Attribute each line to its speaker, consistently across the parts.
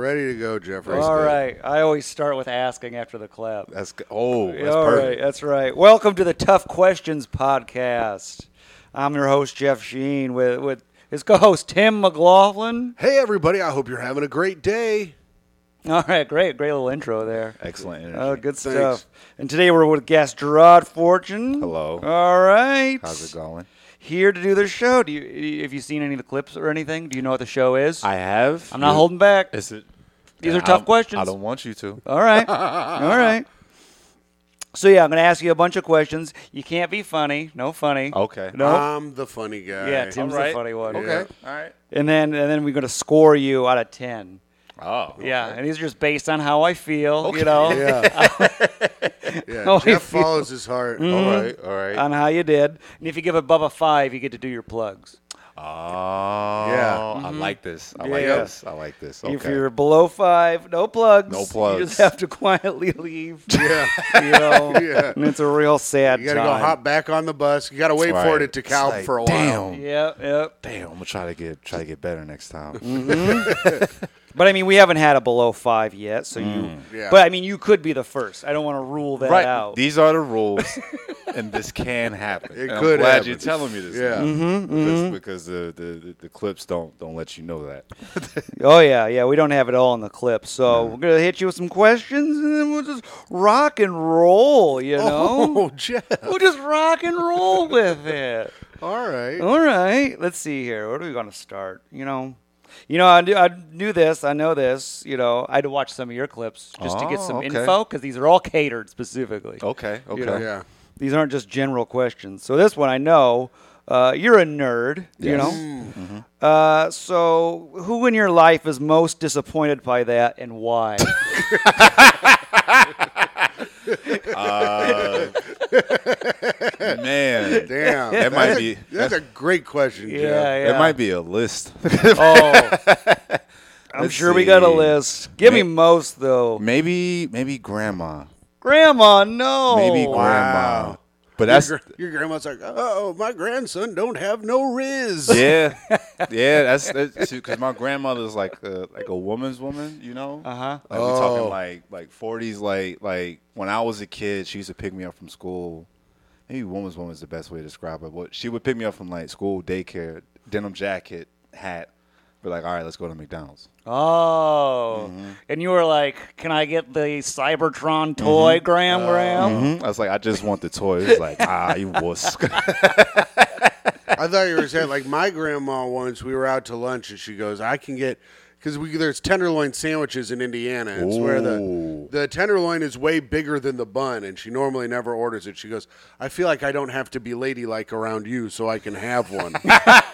Speaker 1: go, Jeffrey.
Speaker 2: All right. I always start with asking after the clap.
Speaker 1: That's g- oh, that's
Speaker 2: All
Speaker 1: perfect.
Speaker 2: right, that's right. Welcome to the Tough Questions podcast. I'm your host Jeff Sheen with with his co-host Tim McLaughlin.
Speaker 1: Hey, everybody! I hope you're having a great day.
Speaker 2: All right, great, great little intro there.
Speaker 3: Excellent energy.
Speaker 2: Oh, good
Speaker 1: Thanks.
Speaker 2: stuff. And today we're with guest Gerard Fortune.
Speaker 3: Hello.
Speaker 2: All right.
Speaker 3: How's it going?
Speaker 2: Here to do the show. Do you have you seen any of the clips or anything? Do you know what the show is?
Speaker 3: I have.
Speaker 2: I'm not holding back.
Speaker 3: Is it?
Speaker 2: These are
Speaker 3: I
Speaker 2: tough
Speaker 3: don't-
Speaker 2: questions.
Speaker 3: I don't want you to.
Speaker 2: All right. All right. So yeah, I'm going to ask you a bunch of questions. You can't be funny. No funny.
Speaker 3: Okay.
Speaker 2: No.
Speaker 1: I'm the funny guy.
Speaker 2: yeah, Tim's
Speaker 3: All
Speaker 2: the
Speaker 3: right.
Speaker 2: funny one.
Speaker 1: Okay.
Speaker 3: All right.
Speaker 2: And then and then we're going to score you out of 10.
Speaker 3: Oh.
Speaker 2: Yeah, and these are just based on how I feel, you know,
Speaker 1: Yeah. yeah.
Speaker 2: Oh, you
Speaker 1: Jeff follows his heart.
Speaker 2: Mm-hmm.
Speaker 1: All right. All right.
Speaker 2: on how you did. And if you give above a 5, you get to do your plugs.
Speaker 3: Oh.
Speaker 1: Oh.
Speaker 3: Yeah. I like this. I like
Speaker 2: Yeah.
Speaker 3: this. I like this. Okay.
Speaker 2: Mm-hmm. If you're below 5, no plugs.
Speaker 3: No
Speaker 2: You just
Speaker 3: plugs.
Speaker 2: have to quietly leave,
Speaker 1: yeah.
Speaker 2: you know.
Speaker 1: Yeah.
Speaker 2: And it's a real sad
Speaker 1: You gotta
Speaker 2: time.
Speaker 1: go hop back on the bus. You gotta wait
Speaker 3: Right.
Speaker 1: for it to cow
Speaker 3: It's like,
Speaker 1: for a while.
Speaker 3: Damn.
Speaker 2: Yep, yep.
Speaker 3: Damn. I'm gonna try to get try to get better next time.
Speaker 2: Mm. But I mean, we haven't had a below five yet, so you.
Speaker 1: Yeah.
Speaker 2: But I mean, you could be the first. I don't want to rule that
Speaker 3: Mm. Right.
Speaker 2: out.
Speaker 3: These are the rules, and this can happen.
Speaker 1: It
Speaker 3: And I'm
Speaker 1: could
Speaker 3: glad
Speaker 1: happen.
Speaker 3: you're telling me this.
Speaker 1: Yeah.
Speaker 3: now,
Speaker 2: Mm-hmm.
Speaker 3: Because, because the, the, the, the clips don't don't let you know that.
Speaker 2: Oh yeah, yeah. We don't have it all in the clip, so we're gonna hit you with some questions, and then we'll just rock and roll. You know,
Speaker 1: Oh, Jeff.
Speaker 2: we'll just rock and roll with it.
Speaker 1: All right.
Speaker 2: All right, let's see here. Where do we want to start? You know, you know, I knew, I knew this. I know this. You know, I had to watch some of your clips just to get
Speaker 3: Oh,
Speaker 2: some
Speaker 3: okay.
Speaker 2: info because these are all catered specifically.
Speaker 3: Okay. Okay.
Speaker 2: know.
Speaker 1: Yeah.
Speaker 2: These aren't just general questions. So this one I know. Uh, you're a nerd, you
Speaker 3: Yes. Mm.
Speaker 2: know. Uh, so who in your life is most disappointed by that, and why?
Speaker 3: Man.
Speaker 1: Damn.
Speaker 3: That might
Speaker 1: That's a-
Speaker 3: be-
Speaker 1: That's a great question,
Speaker 2: yeah,
Speaker 1: Jeff.
Speaker 2: yeah.
Speaker 3: It might be a list.
Speaker 2: Oh, I'm
Speaker 3: Let's
Speaker 2: sure we got a
Speaker 3: see.
Speaker 2: list. Give me
Speaker 3: Ma-
Speaker 2: most though.
Speaker 3: maybe maybe grandma.
Speaker 2: Grandma, no.
Speaker 3: Maybe grandma. But that's
Speaker 1: Oh, Your, gr- your grandma's like, oh, my grandson don't have no riz.
Speaker 3: yeah, yeah. That's because my grandmother's like a, like a woman's woman, you know. Uh
Speaker 2: Uh-huh.
Speaker 3: Like
Speaker 1: Oh.
Speaker 3: we're talking like like forties. Like like when I was a kid, she used to pick me up from school. Maybe woman's woman is the best way to describe it. But she would pick me up from like school, daycare, denim jacket, hat. Be like, all right, let's go to McDonald's.
Speaker 2: Oh,
Speaker 3: Mm-hmm.
Speaker 2: and you were like, "Can I get the Cybertron toy, Graham? Graham?"
Speaker 1: Mm-hmm.
Speaker 3: Mhm. I was like, I just want the toy. It's like, ah, you wuss.
Speaker 1: I thought you were saying like my grandma once. We were out to lunch and she goes, "I can get." Because we there's tenderloin sandwiches in Indiana. It's where the
Speaker 3: Ooh.
Speaker 1: the tenderloin is way bigger than the bun, and she normally never orders it. She goes, "I feel like I don't have to be ladylike around you, so I can have one."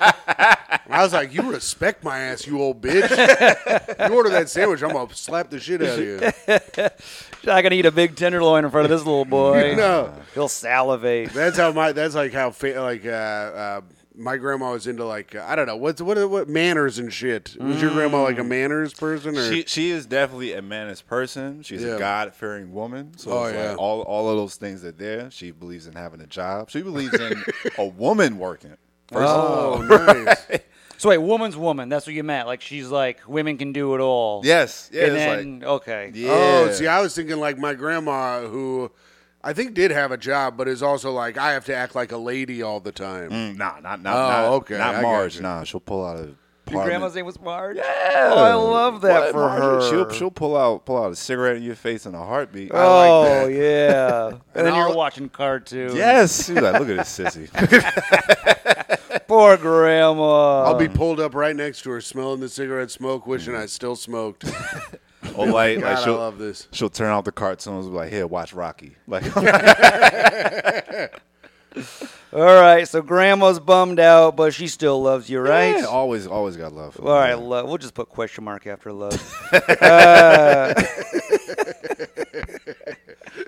Speaker 1: I was like, "You respect my ass, you old bitch. you order that sandwich, I'm gonna slap the shit out of you."
Speaker 3: Mm-hmm.
Speaker 2: I can eat a big tenderloin in front of this little boy.
Speaker 1: No.
Speaker 2: he'll salivate.
Speaker 1: That's how my. That's like how fa- like uh, uh, my grandma was into like uh, I don't know what's what are- what manners and shit. Was your grandma like a manners person or?
Speaker 3: Mm. She she is definitely a managed person. She's
Speaker 1: Yeah.
Speaker 3: a God fearing woman. So
Speaker 1: Oh,
Speaker 3: it's
Speaker 1: yeah.
Speaker 3: like all all of those things are there. She believes in having a job. She believes in a woman working.
Speaker 1: oh, nice.
Speaker 2: So wait, woman's woman. That's what you meant. Like she's like women can do it all.
Speaker 3: Yes. Yeah.
Speaker 2: and
Speaker 3: it's
Speaker 2: then
Speaker 3: like
Speaker 2: okay.
Speaker 3: yeah.
Speaker 1: Oh, see, I was thinking like my grandma who. I think did have a job, but is also like I have to act like a lady all the time.
Speaker 3: Mm, nah, not not
Speaker 1: Oh,
Speaker 3: not,
Speaker 1: okay, I
Speaker 3: not
Speaker 1: got
Speaker 3: Marge.
Speaker 1: you.
Speaker 3: Nah, she'll pull out a.
Speaker 2: Your
Speaker 3: apartment-
Speaker 2: grandma's name was Marge. Oh, I love that
Speaker 3: What,
Speaker 2: for
Speaker 3: Marge?
Speaker 2: her.
Speaker 3: She'll she'll pull out pull out a cigarette in your face in a heartbeat.
Speaker 2: oh yeah. and, then you're
Speaker 1: I'll-
Speaker 2: watching cartoons.
Speaker 3: Yes, She's like, look at this sissy.
Speaker 2: Poor grandma.
Speaker 1: I'll be
Speaker 3: Um.
Speaker 1: pulled up right next to her, smelling the cigarette smoke, wishing
Speaker 3: Mm.
Speaker 1: I still smoked.
Speaker 3: Or like,
Speaker 1: God,
Speaker 3: like
Speaker 1: I
Speaker 3: she'll,
Speaker 1: love this.
Speaker 3: she'll turn off the cartoons. And be like, here, watch Rocky. Like,
Speaker 2: all right. So grandma's bummed out, but she still loves you, right?
Speaker 3: yeah, always always got love.
Speaker 2: All right, love. We'll just put question mark after love. uh,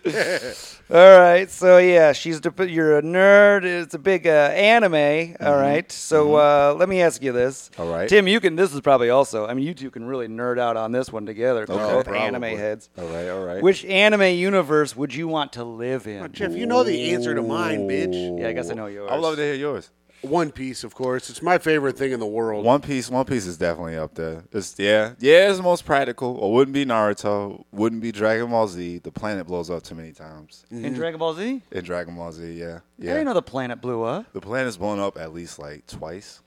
Speaker 2: all right, so yeah, she's dep- you're a nerd. It's a big uh, anime. All right, so uh, let me ask you this.
Speaker 3: Mm-hmm. All right.
Speaker 2: Tim, you can. This is probably also. I mean, you two can really nerd out on this one together. 'cause
Speaker 3: Okay.
Speaker 2: you're both
Speaker 3: Probably.
Speaker 2: anime heads.
Speaker 3: All right, all right.
Speaker 2: Which anime universe would you want to live in?
Speaker 1: Jeff, you know the answer to mine, bitch.
Speaker 2: Yeah, I guess I know yours.
Speaker 3: I would love to hear yours.
Speaker 1: One Piece, of course. It's my favorite thing in the world.
Speaker 3: One Piece, One Piece is definitely up there. It's yeah, yeah, it's the most practical. Or wouldn't be Naruto, wouldn't be Dragon Ball Z. The planet blows up too many times
Speaker 2: in Dragon Ball Z?
Speaker 3: in Dragon Ball Z. Yeah,
Speaker 2: I didn't
Speaker 3: yeah.
Speaker 2: know the planet blew up.
Speaker 3: The planet's blown up at least like twice.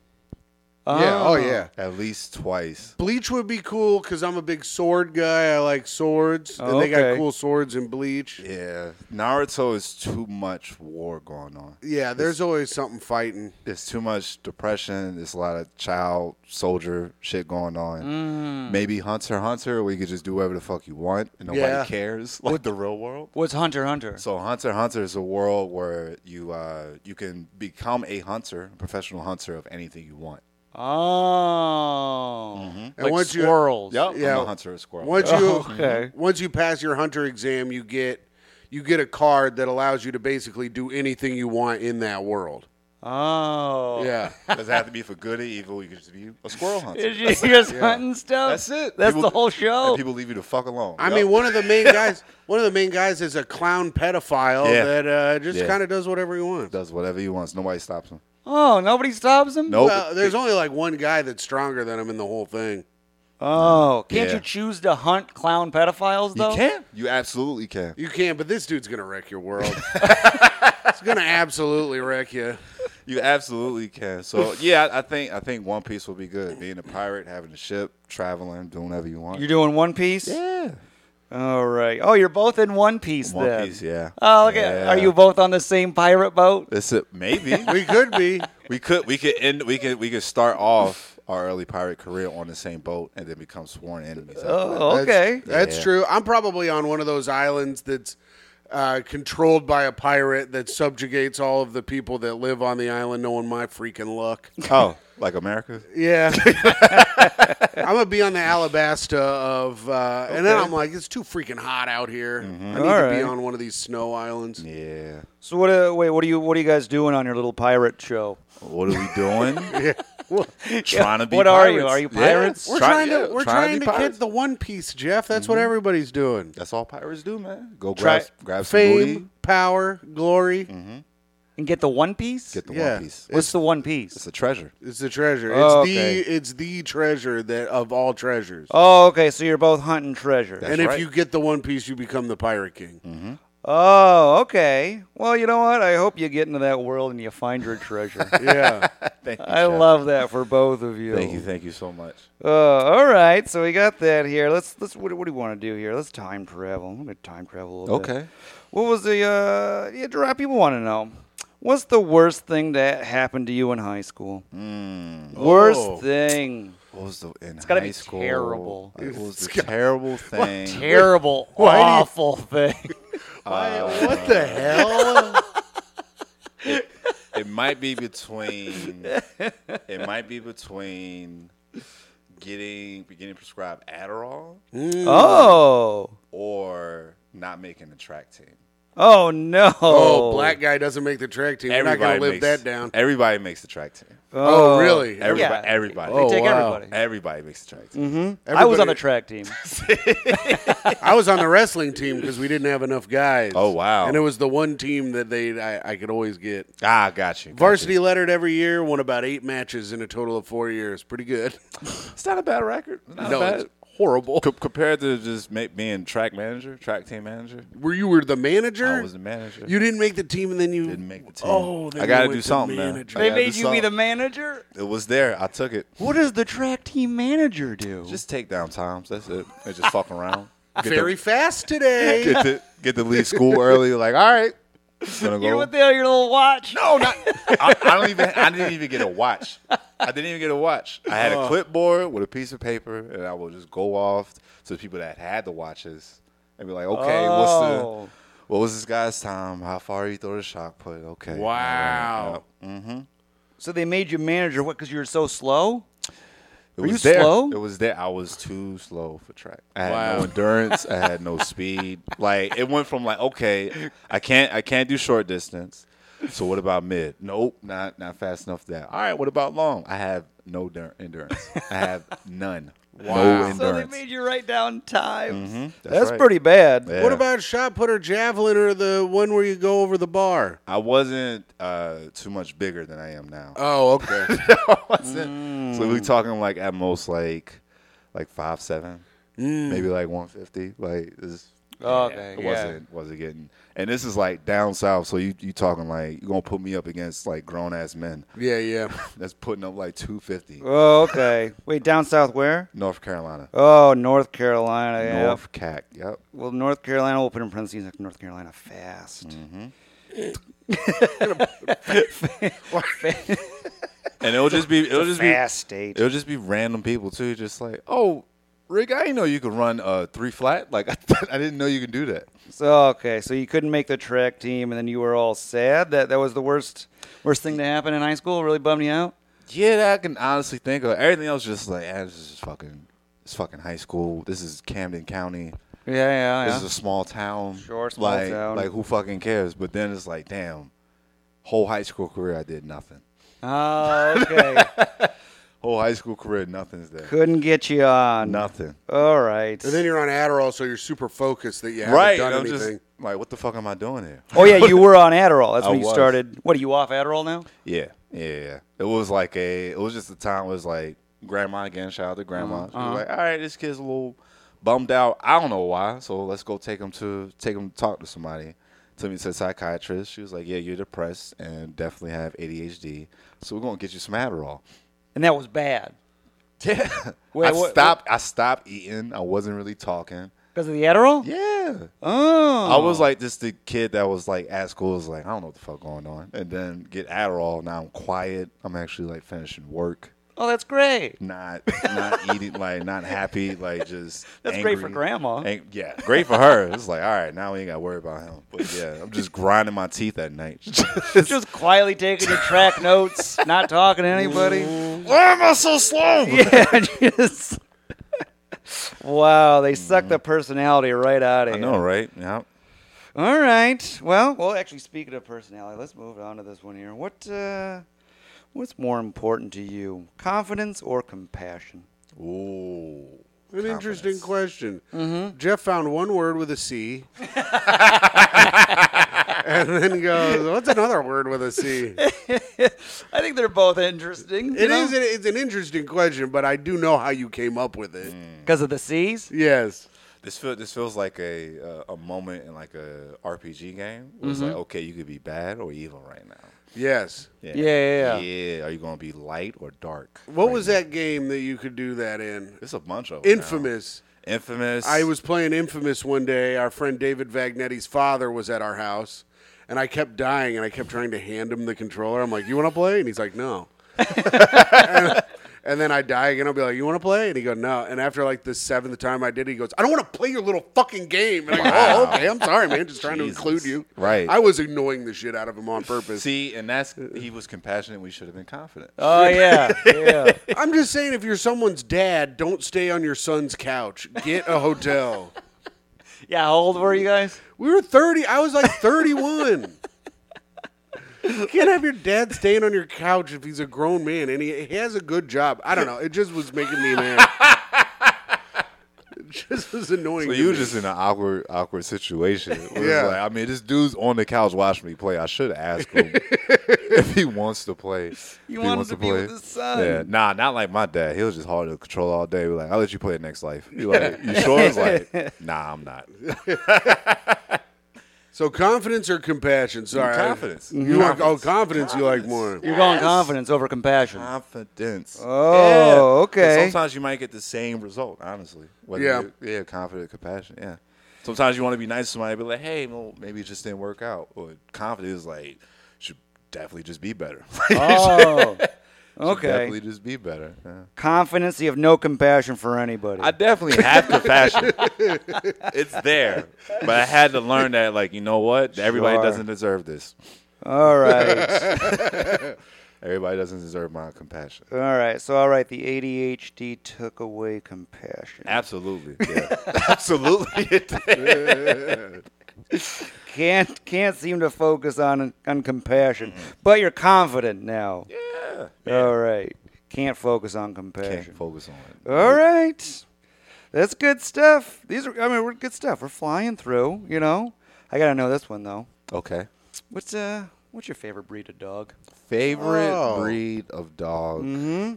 Speaker 1: Yeah.
Speaker 3: Ah.
Speaker 1: Oh yeah.
Speaker 3: At least twice.
Speaker 1: Bleach would be cool because I'm a big sword guy. I like swords, and
Speaker 2: Oh,
Speaker 1: they got
Speaker 2: okay.
Speaker 1: cool swords in Bleach. Yeah,
Speaker 3: Yeah, Naruto is too much war going on.
Speaker 1: there's always something fighting.
Speaker 3: There's too much depression. There's a lot of child soldier shit going on. Maybe Hunter x Hunter, where you could just do whatever the fuck you want and nobody
Speaker 1: Yeah.
Speaker 3: cares, like the real world.
Speaker 2: What's Hunter x Hunter?
Speaker 3: So Hunter x Hunter is a world where you uh, you can become a hunter, a professional hunter of anything you want.
Speaker 2: Oh,
Speaker 1: And
Speaker 2: like
Speaker 1: once you-
Speaker 2: squirrels.
Speaker 1: Yeah.
Speaker 3: I'm a hunter of squirrels.
Speaker 1: Once you
Speaker 2: Okay.
Speaker 1: once you pass your hunter exam, you get you get a card that allows you to basically do anything you want in that world.
Speaker 3: Mm-hmm.
Speaker 2: Oh,
Speaker 1: Yeah.
Speaker 3: Does it have to be for good or evil? You could just be a squirrel hunter.
Speaker 2: Is you just hunting stuff?
Speaker 3: That's it.
Speaker 2: That's the
Speaker 3: People-
Speaker 2: whole
Speaker 3: And
Speaker 2: show.
Speaker 3: people leave you to fuck alone.
Speaker 1: I
Speaker 3: Yup.
Speaker 1: mean, one of the main guys, one of the main guys is a clown pedophile
Speaker 3: Yeah.
Speaker 1: that uh, just
Speaker 3: Yeah.
Speaker 1: kind of does whatever he wants.
Speaker 3: does whatever he wants. Nobody stops him.
Speaker 2: Oh, nobody stops him.
Speaker 3: Nope.
Speaker 1: Well, there's only like one guy that's stronger than him in the whole thing.
Speaker 2: Oh, can't
Speaker 3: Yeah.
Speaker 2: you choose to hunt clown pedophiles though?
Speaker 3: You can. You absolutely can.
Speaker 1: You can, but this dude's gonna wreck your world. it's gonna absolutely wreck you.
Speaker 3: You absolutely can. So yeah, I, I think I think One Piece will be good. Being a pirate, having a ship, traveling, doing whatever you want.
Speaker 2: You're doing One Piece.
Speaker 3: yeah.
Speaker 2: All right. Oh, you're both in One Piece
Speaker 3: One
Speaker 2: then.
Speaker 3: Piece, yeah.
Speaker 2: Oh, look at.
Speaker 3: Yeah.
Speaker 2: Are you both on the same pirate boat?
Speaker 3: It's a, maybe
Speaker 1: We could be.
Speaker 3: we could we could end we could we could start off our early pirate career on the same boat and then become sworn enemies.
Speaker 2: Oh, okay.
Speaker 1: That's, that's
Speaker 3: Yeah.
Speaker 1: true. I'm probably on one of those islands that's uh, controlled by a pirate that subjugates all of the people that live on the island, knowing my freaking luck.
Speaker 3: oh, like America?
Speaker 1: Yeah. I'm going to be on the Alabasta of. Uh, And then I'm like, it's too freaking hot out here. I need
Speaker 2: All
Speaker 1: to be
Speaker 2: right.
Speaker 1: on one of these snow islands.
Speaker 3: Mm-hmm. Yeah.
Speaker 2: So what? Uh, wait, what are you? What are you guys doing on your little pirate show?
Speaker 3: What are we doing? Trying to be
Speaker 2: What are you?
Speaker 3: pirates.
Speaker 2: Are you
Speaker 3: Yeah.
Speaker 2: pirates?
Speaker 1: We're
Speaker 3: Try-
Speaker 1: trying
Speaker 3: yeah,
Speaker 1: to we're
Speaker 3: trying
Speaker 1: trying,
Speaker 3: to be
Speaker 1: to
Speaker 3: pirates. Mm-hmm.
Speaker 1: kid the One Piece, Jeff. That's what everybody's doing.
Speaker 3: That's all pirates do, man. Go
Speaker 2: Try-
Speaker 3: grab grab some booty,
Speaker 1: Fame, power, glory
Speaker 2: And get the One Piece.
Speaker 3: get the
Speaker 1: Yeah.
Speaker 3: One Piece.
Speaker 2: What's the One Piece?
Speaker 3: It's a treasure.
Speaker 1: is the treasure. It's
Speaker 2: Oh, okay.
Speaker 1: the it's the treasure that of all treasures.
Speaker 2: Oh, okay. So you're both hunting treasure.
Speaker 3: That's
Speaker 1: and if
Speaker 3: right.
Speaker 1: you get the One Piece, you become the Pirate King.
Speaker 2: Oh, okay. Well, you know what? I hope you get into that world and you find your treasure.
Speaker 1: Yeah.
Speaker 3: Thank you,
Speaker 2: I
Speaker 3: Jeff.
Speaker 2: love that for both of you.
Speaker 3: Thank you, thank you so much.
Speaker 2: Uh, all right, so we got that here. Let's let's what, what do we want to do here? Let's time travel. I'm gonna time travel a little bit.
Speaker 3: Okay.
Speaker 2: What was the uh? Yeah, a lot of people want to know. What's the worst thing that happened to you in high school? Worst
Speaker 1: Oh.
Speaker 2: thing.
Speaker 3: What was the in it's
Speaker 2: gotta
Speaker 3: high
Speaker 2: be
Speaker 3: school?
Speaker 2: terrible.
Speaker 3: It was
Speaker 1: It's
Speaker 3: the
Speaker 1: got-
Speaker 3: terrible thing.
Speaker 2: Terrible, awful thing.
Speaker 1: Why- what the hell?
Speaker 3: it might be between. it might be between getting getting prescribed Adderall
Speaker 2: oh,
Speaker 3: or not making the track team.
Speaker 2: oh no.
Speaker 1: Oh, black guy doesn't make the track team. We're not going to live
Speaker 3: makes,
Speaker 1: that down.
Speaker 3: Everybody makes the track team.
Speaker 1: Oh, really?
Speaker 3: Everybody.
Speaker 2: Yeah.
Speaker 3: Everybody. Oh.
Speaker 2: They take
Speaker 1: wow.
Speaker 2: everybody.
Speaker 3: Everybody makes the track team.
Speaker 2: I was
Speaker 1: Everybody-
Speaker 2: on the track team.
Speaker 1: I was on the wrestling team because we didn't have enough guys.
Speaker 3: Oh, wow.
Speaker 1: And it was the one team that they I, I could always get.
Speaker 3: Ah, got you. got
Speaker 1: Varsity
Speaker 3: you.
Speaker 1: lettered every year, won about eight matches in a total of four years. Pretty good.
Speaker 3: It's not a bad record. Not
Speaker 1: no,
Speaker 3: bad.
Speaker 1: it's horrible.
Speaker 3: Co- compared to just ma- being track manager, track team manager,
Speaker 1: Were you were the manager?
Speaker 3: I was the manager.
Speaker 1: You didn't make the team, and then you
Speaker 3: didn't make the team.
Speaker 1: Oh, then
Speaker 3: I gotta
Speaker 1: you
Speaker 3: do
Speaker 1: went to
Speaker 3: something, man.
Speaker 1: manager.
Speaker 3: I
Speaker 2: They
Speaker 3: gotta
Speaker 2: made
Speaker 3: do
Speaker 2: you be
Speaker 3: something.
Speaker 2: the manager.
Speaker 3: It was there. I took it.
Speaker 2: What does the track team manager do?
Speaker 3: Just take down times. That's it. And just fuck around. Get the-
Speaker 1: Very fast today.
Speaker 3: get to get to leave school early. Like, all right, gonna
Speaker 2: you
Speaker 3: go.
Speaker 2: with the, your little watch.
Speaker 3: no, not. I, I don't even. I didn't even get a watch. I didn't even get a watch. I had
Speaker 2: Uh.
Speaker 3: a clipboard with a piece of paper, and I would just go off to the people that had the watches and be like, okay,
Speaker 2: Oh.
Speaker 3: what's the what was this guy's time? How far he throw the shot put? Okay.
Speaker 1: Wow.
Speaker 2: So they made you manager what? Because you were so slow.
Speaker 3: It
Speaker 2: Were
Speaker 3: was
Speaker 2: you
Speaker 3: there.
Speaker 2: slow?
Speaker 3: It was there. I was too slow for track. I had
Speaker 1: Wow.
Speaker 3: no endurance. I had no speed. Like it went from like, okay, I can't I can't do short distance. So what about mid? Nope, not not fast enough there. All right, what about long? I have no dur- endurance. I have none
Speaker 2: So
Speaker 3: Wow.
Speaker 2: they
Speaker 3: Endurance.
Speaker 2: made you write down times.
Speaker 3: That's
Speaker 2: Mm-hmm. That's,
Speaker 3: right.
Speaker 2: pretty bad.
Speaker 3: Yeah.
Speaker 1: What about shot put or javelin or the one where you go over the bar?
Speaker 3: I wasn't uh, too much bigger than I am now.
Speaker 1: Oh, okay.
Speaker 3: I wasn't. So we're talking like at most like like five seven, maybe like one fifty. Like this
Speaker 2: Oh, Okay,
Speaker 3: it wasn't wasn't getting. And this is like down south, so you you talking like you gonna put me up against like grown ass men
Speaker 1: yeah, yeah.
Speaker 3: that's putting up like two fifty.
Speaker 2: Oh, okay. Wait, down south where?
Speaker 3: North Carolina,
Speaker 2: Oh, North Carolina. Yeah.
Speaker 3: North Cac. Yep.
Speaker 2: Well, North Carolina. Open in parentheses. like North Carolina fast.
Speaker 3: Mm-hmm. And it'll just be it'll just be
Speaker 2: Fast state.
Speaker 3: it'll just be random people too. Just like oh. Rick, I didn't know you could run uh, three flat. Like I, I didn't know you could do that.
Speaker 2: So, okay, so you couldn't make the track team, and then you were all sad. That that was the worst worst thing to happen in high school. Really bummed you out.
Speaker 3: Yeah, that I can honestly think of. Everything else just like, ah, this is just fucking, it's fucking high school. This is Camden County.
Speaker 2: Yeah, yeah,
Speaker 3: This is a small town.
Speaker 2: Sure, small
Speaker 3: like,
Speaker 2: town.
Speaker 3: Like who fucking cares? But then it's like, damn, whole high school career I did nothing.
Speaker 2: oh, okay.
Speaker 3: Whole high school career, nothing's there.
Speaker 2: couldn't get you on.
Speaker 3: Nothing.
Speaker 2: All right.
Speaker 1: And then you're on Adderall, so you're super focused that you haven't
Speaker 3: Right.
Speaker 1: done
Speaker 3: I'm just
Speaker 1: anything.
Speaker 3: like, what the fuck am I doing here?
Speaker 2: Oh yeah, you were on Adderall. That's
Speaker 3: I
Speaker 2: when you
Speaker 3: was.
Speaker 2: started. What are you off Adderall now?
Speaker 3: Yeah, yeah, yeah. It was like a. It was just a time. It was like grandma again. Shout out to grandma.
Speaker 2: Uh-huh.
Speaker 3: She was like, all right, this kid's a little bummed out. I don't know why. So let's go take him to take him to talk to somebody. Took me to a psychiatrist. She was like, yeah, you're depressed and definitely have ADHD. So we're gonna get you some Adderall.
Speaker 2: And that was bad
Speaker 3: Yeah.
Speaker 2: Wait,
Speaker 3: I
Speaker 2: what-
Speaker 3: stopped. I stopped eating. I wasn't really talking.
Speaker 2: because of the Adderall.
Speaker 3: Yeah.
Speaker 2: Oh,
Speaker 3: I was like just the kid that was like at school was like I don't know what the fuck going on, and then get Adderall. Now I'm quiet. I'm actually like finishing work.
Speaker 2: oh, that's great.
Speaker 3: not not eating like not happy like just
Speaker 2: That's great for
Speaker 3: angry.
Speaker 2: grandma.
Speaker 3: Ang- yeah great for her it's like all right now we ain't gotta worry about him but yeah i'm just grinding my teeth at night
Speaker 2: Just quietly taking your track notes, not talking to anybody.
Speaker 3: why am i so slow
Speaker 2: yeah, just. Wow, they suck the personality right out of
Speaker 3: i
Speaker 2: you.
Speaker 3: know right yeah
Speaker 2: All right. Well, well. Actually, speaking of personality, let's move on to this one here. What, uh, what's more important to you, confidence or compassion?
Speaker 3: Ooh.
Speaker 1: An interesting question.
Speaker 3: Mm-hmm.
Speaker 1: Jeff found one word with a C, and then goes, "What's another word with a C?" It is.
Speaker 2: I think they're both interesting. It
Speaker 1: an- It's an interesting question, but I do know how you came up with it.
Speaker 3: Mm.
Speaker 2: because of the C's.
Speaker 1: Yes.
Speaker 3: this feel this feels like a uh, a moment in like a rpg game where it's like okay you could be bad or evil right now
Speaker 1: Yes.
Speaker 2: Yeah, yeah, yeah.
Speaker 3: yeah are you gonna be light or dark
Speaker 1: What
Speaker 3: right
Speaker 1: was
Speaker 3: now?
Speaker 1: that game that you could do that in?
Speaker 3: it's a bunch of 'em now.
Speaker 1: Infamous.
Speaker 3: infamous
Speaker 1: I was playing Infamous one day. Our friend David Vagnetti's father was at our house, and I kept dying, and I kept trying to hand him the controller. I'm like, "You want to play?" And he's like, "No." and, and then I die again. I'll be like, "You want to play?" And he go, "No." And after like the seventh time I did, it, he goes, "I don't want to play your little fucking game." And I go, "Oh, okay. I'm sorry, man. Just trying
Speaker 3: Jesus.
Speaker 1: to include you."
Speaker 3: Right.
Speaker 1: I was annoying the shit out of him on purpose.
Speaker 3: see and that's he was compassionate we should have been confident
Speaker 2: Oh yeah, yeah.
Speaker 1: I'm just saying, if you're someone's dad, don't stay on your son's couch. Get a hotel.
Speaker 2: Yeah, how old were you guys?
Speaker 1: We were 30. I was like 31. you can't have your dad staying on your couch if he's a grown man and he, he has a good job. I don't know. It just was making me mad. it just was annoying.
Speaker 3: So
Speaker 1: to
Speaker 3: you were
Speaker 1: me.
Speaker 3: just in an awkward, awkward situation. Where
Speaker 1: Yeah.
Speaker 3: yeah. Like, I mean, this dude's on the couch watching me play. I should ask him if he wants to play. If he
Speaker 2: wanted
Speaker 3: wants
Speaker 2: to be with his son.
Speaker 3: Yeah. Nah, not like my dad. He was just hard to control all day. We're like, I'll let you play it next life. You like, you sure? It's like, nah, I'm not.
Speaker 1: so confidence or compassion? Sorry, I-
Speaker 3: Confidence.
Speaker 1: You want oh confidence? You like more?
Speaker 2: You're going confidence over compassion.
Speaker 3: Confidence.
Speaker 2: Oh, okay.
Speaker 3: Sometimes you might get the same result, honestly. Whether
Speaker 1: Yeah.
Speaker 3: you're- Yeah, confident, compassionate. Yeah. Sometimes you want to be nice to somebody, be like, hey, well, maybe it just didn't work out. Or confident is like, should definitely just be better.
Speaker 2: oh,
Speaker 3: Should
Speaker 2: okay.
Speaker 3: Definitely just be better. Yeah.
Speaker 2: Confidence. You have no compassion for anybody.
Speaker 3: I definitely have compassion. it's there. But I had to learn that, like, you know what? Everybody
Speaker 2: Sure.
Speaker 3: doesn't deserve this.
Speaker 2: All right.
Speaker 3: Everybody doesn't deserve my compassion.
Speaker 2: All right. So, all right. The ADHD took away compassion.
Speaker 3: Absolutely. Yeah. Absolutely. It did.
Speaker 2: Can't can't seem to Mm-hmm. focus on on compassion, but you're confident now.
Speaker 3: Yeah.
Speaker 2: All right. Can't focus on compassion.
Speaker 3: Can't focus on it.
Speaker 2: All right. That's good stuff. These are, I mean, we're good stuff. We're flying through, you know? I got to know this one, though.
Speaker 3: Okay.
Speaker 2: What's, uh, what's your favorite breed of dog?
Speaker 3: Favorite
Speaker 1: Oh.
Speaker 3: breed of dog.
Speaker 2: Mm-hmm.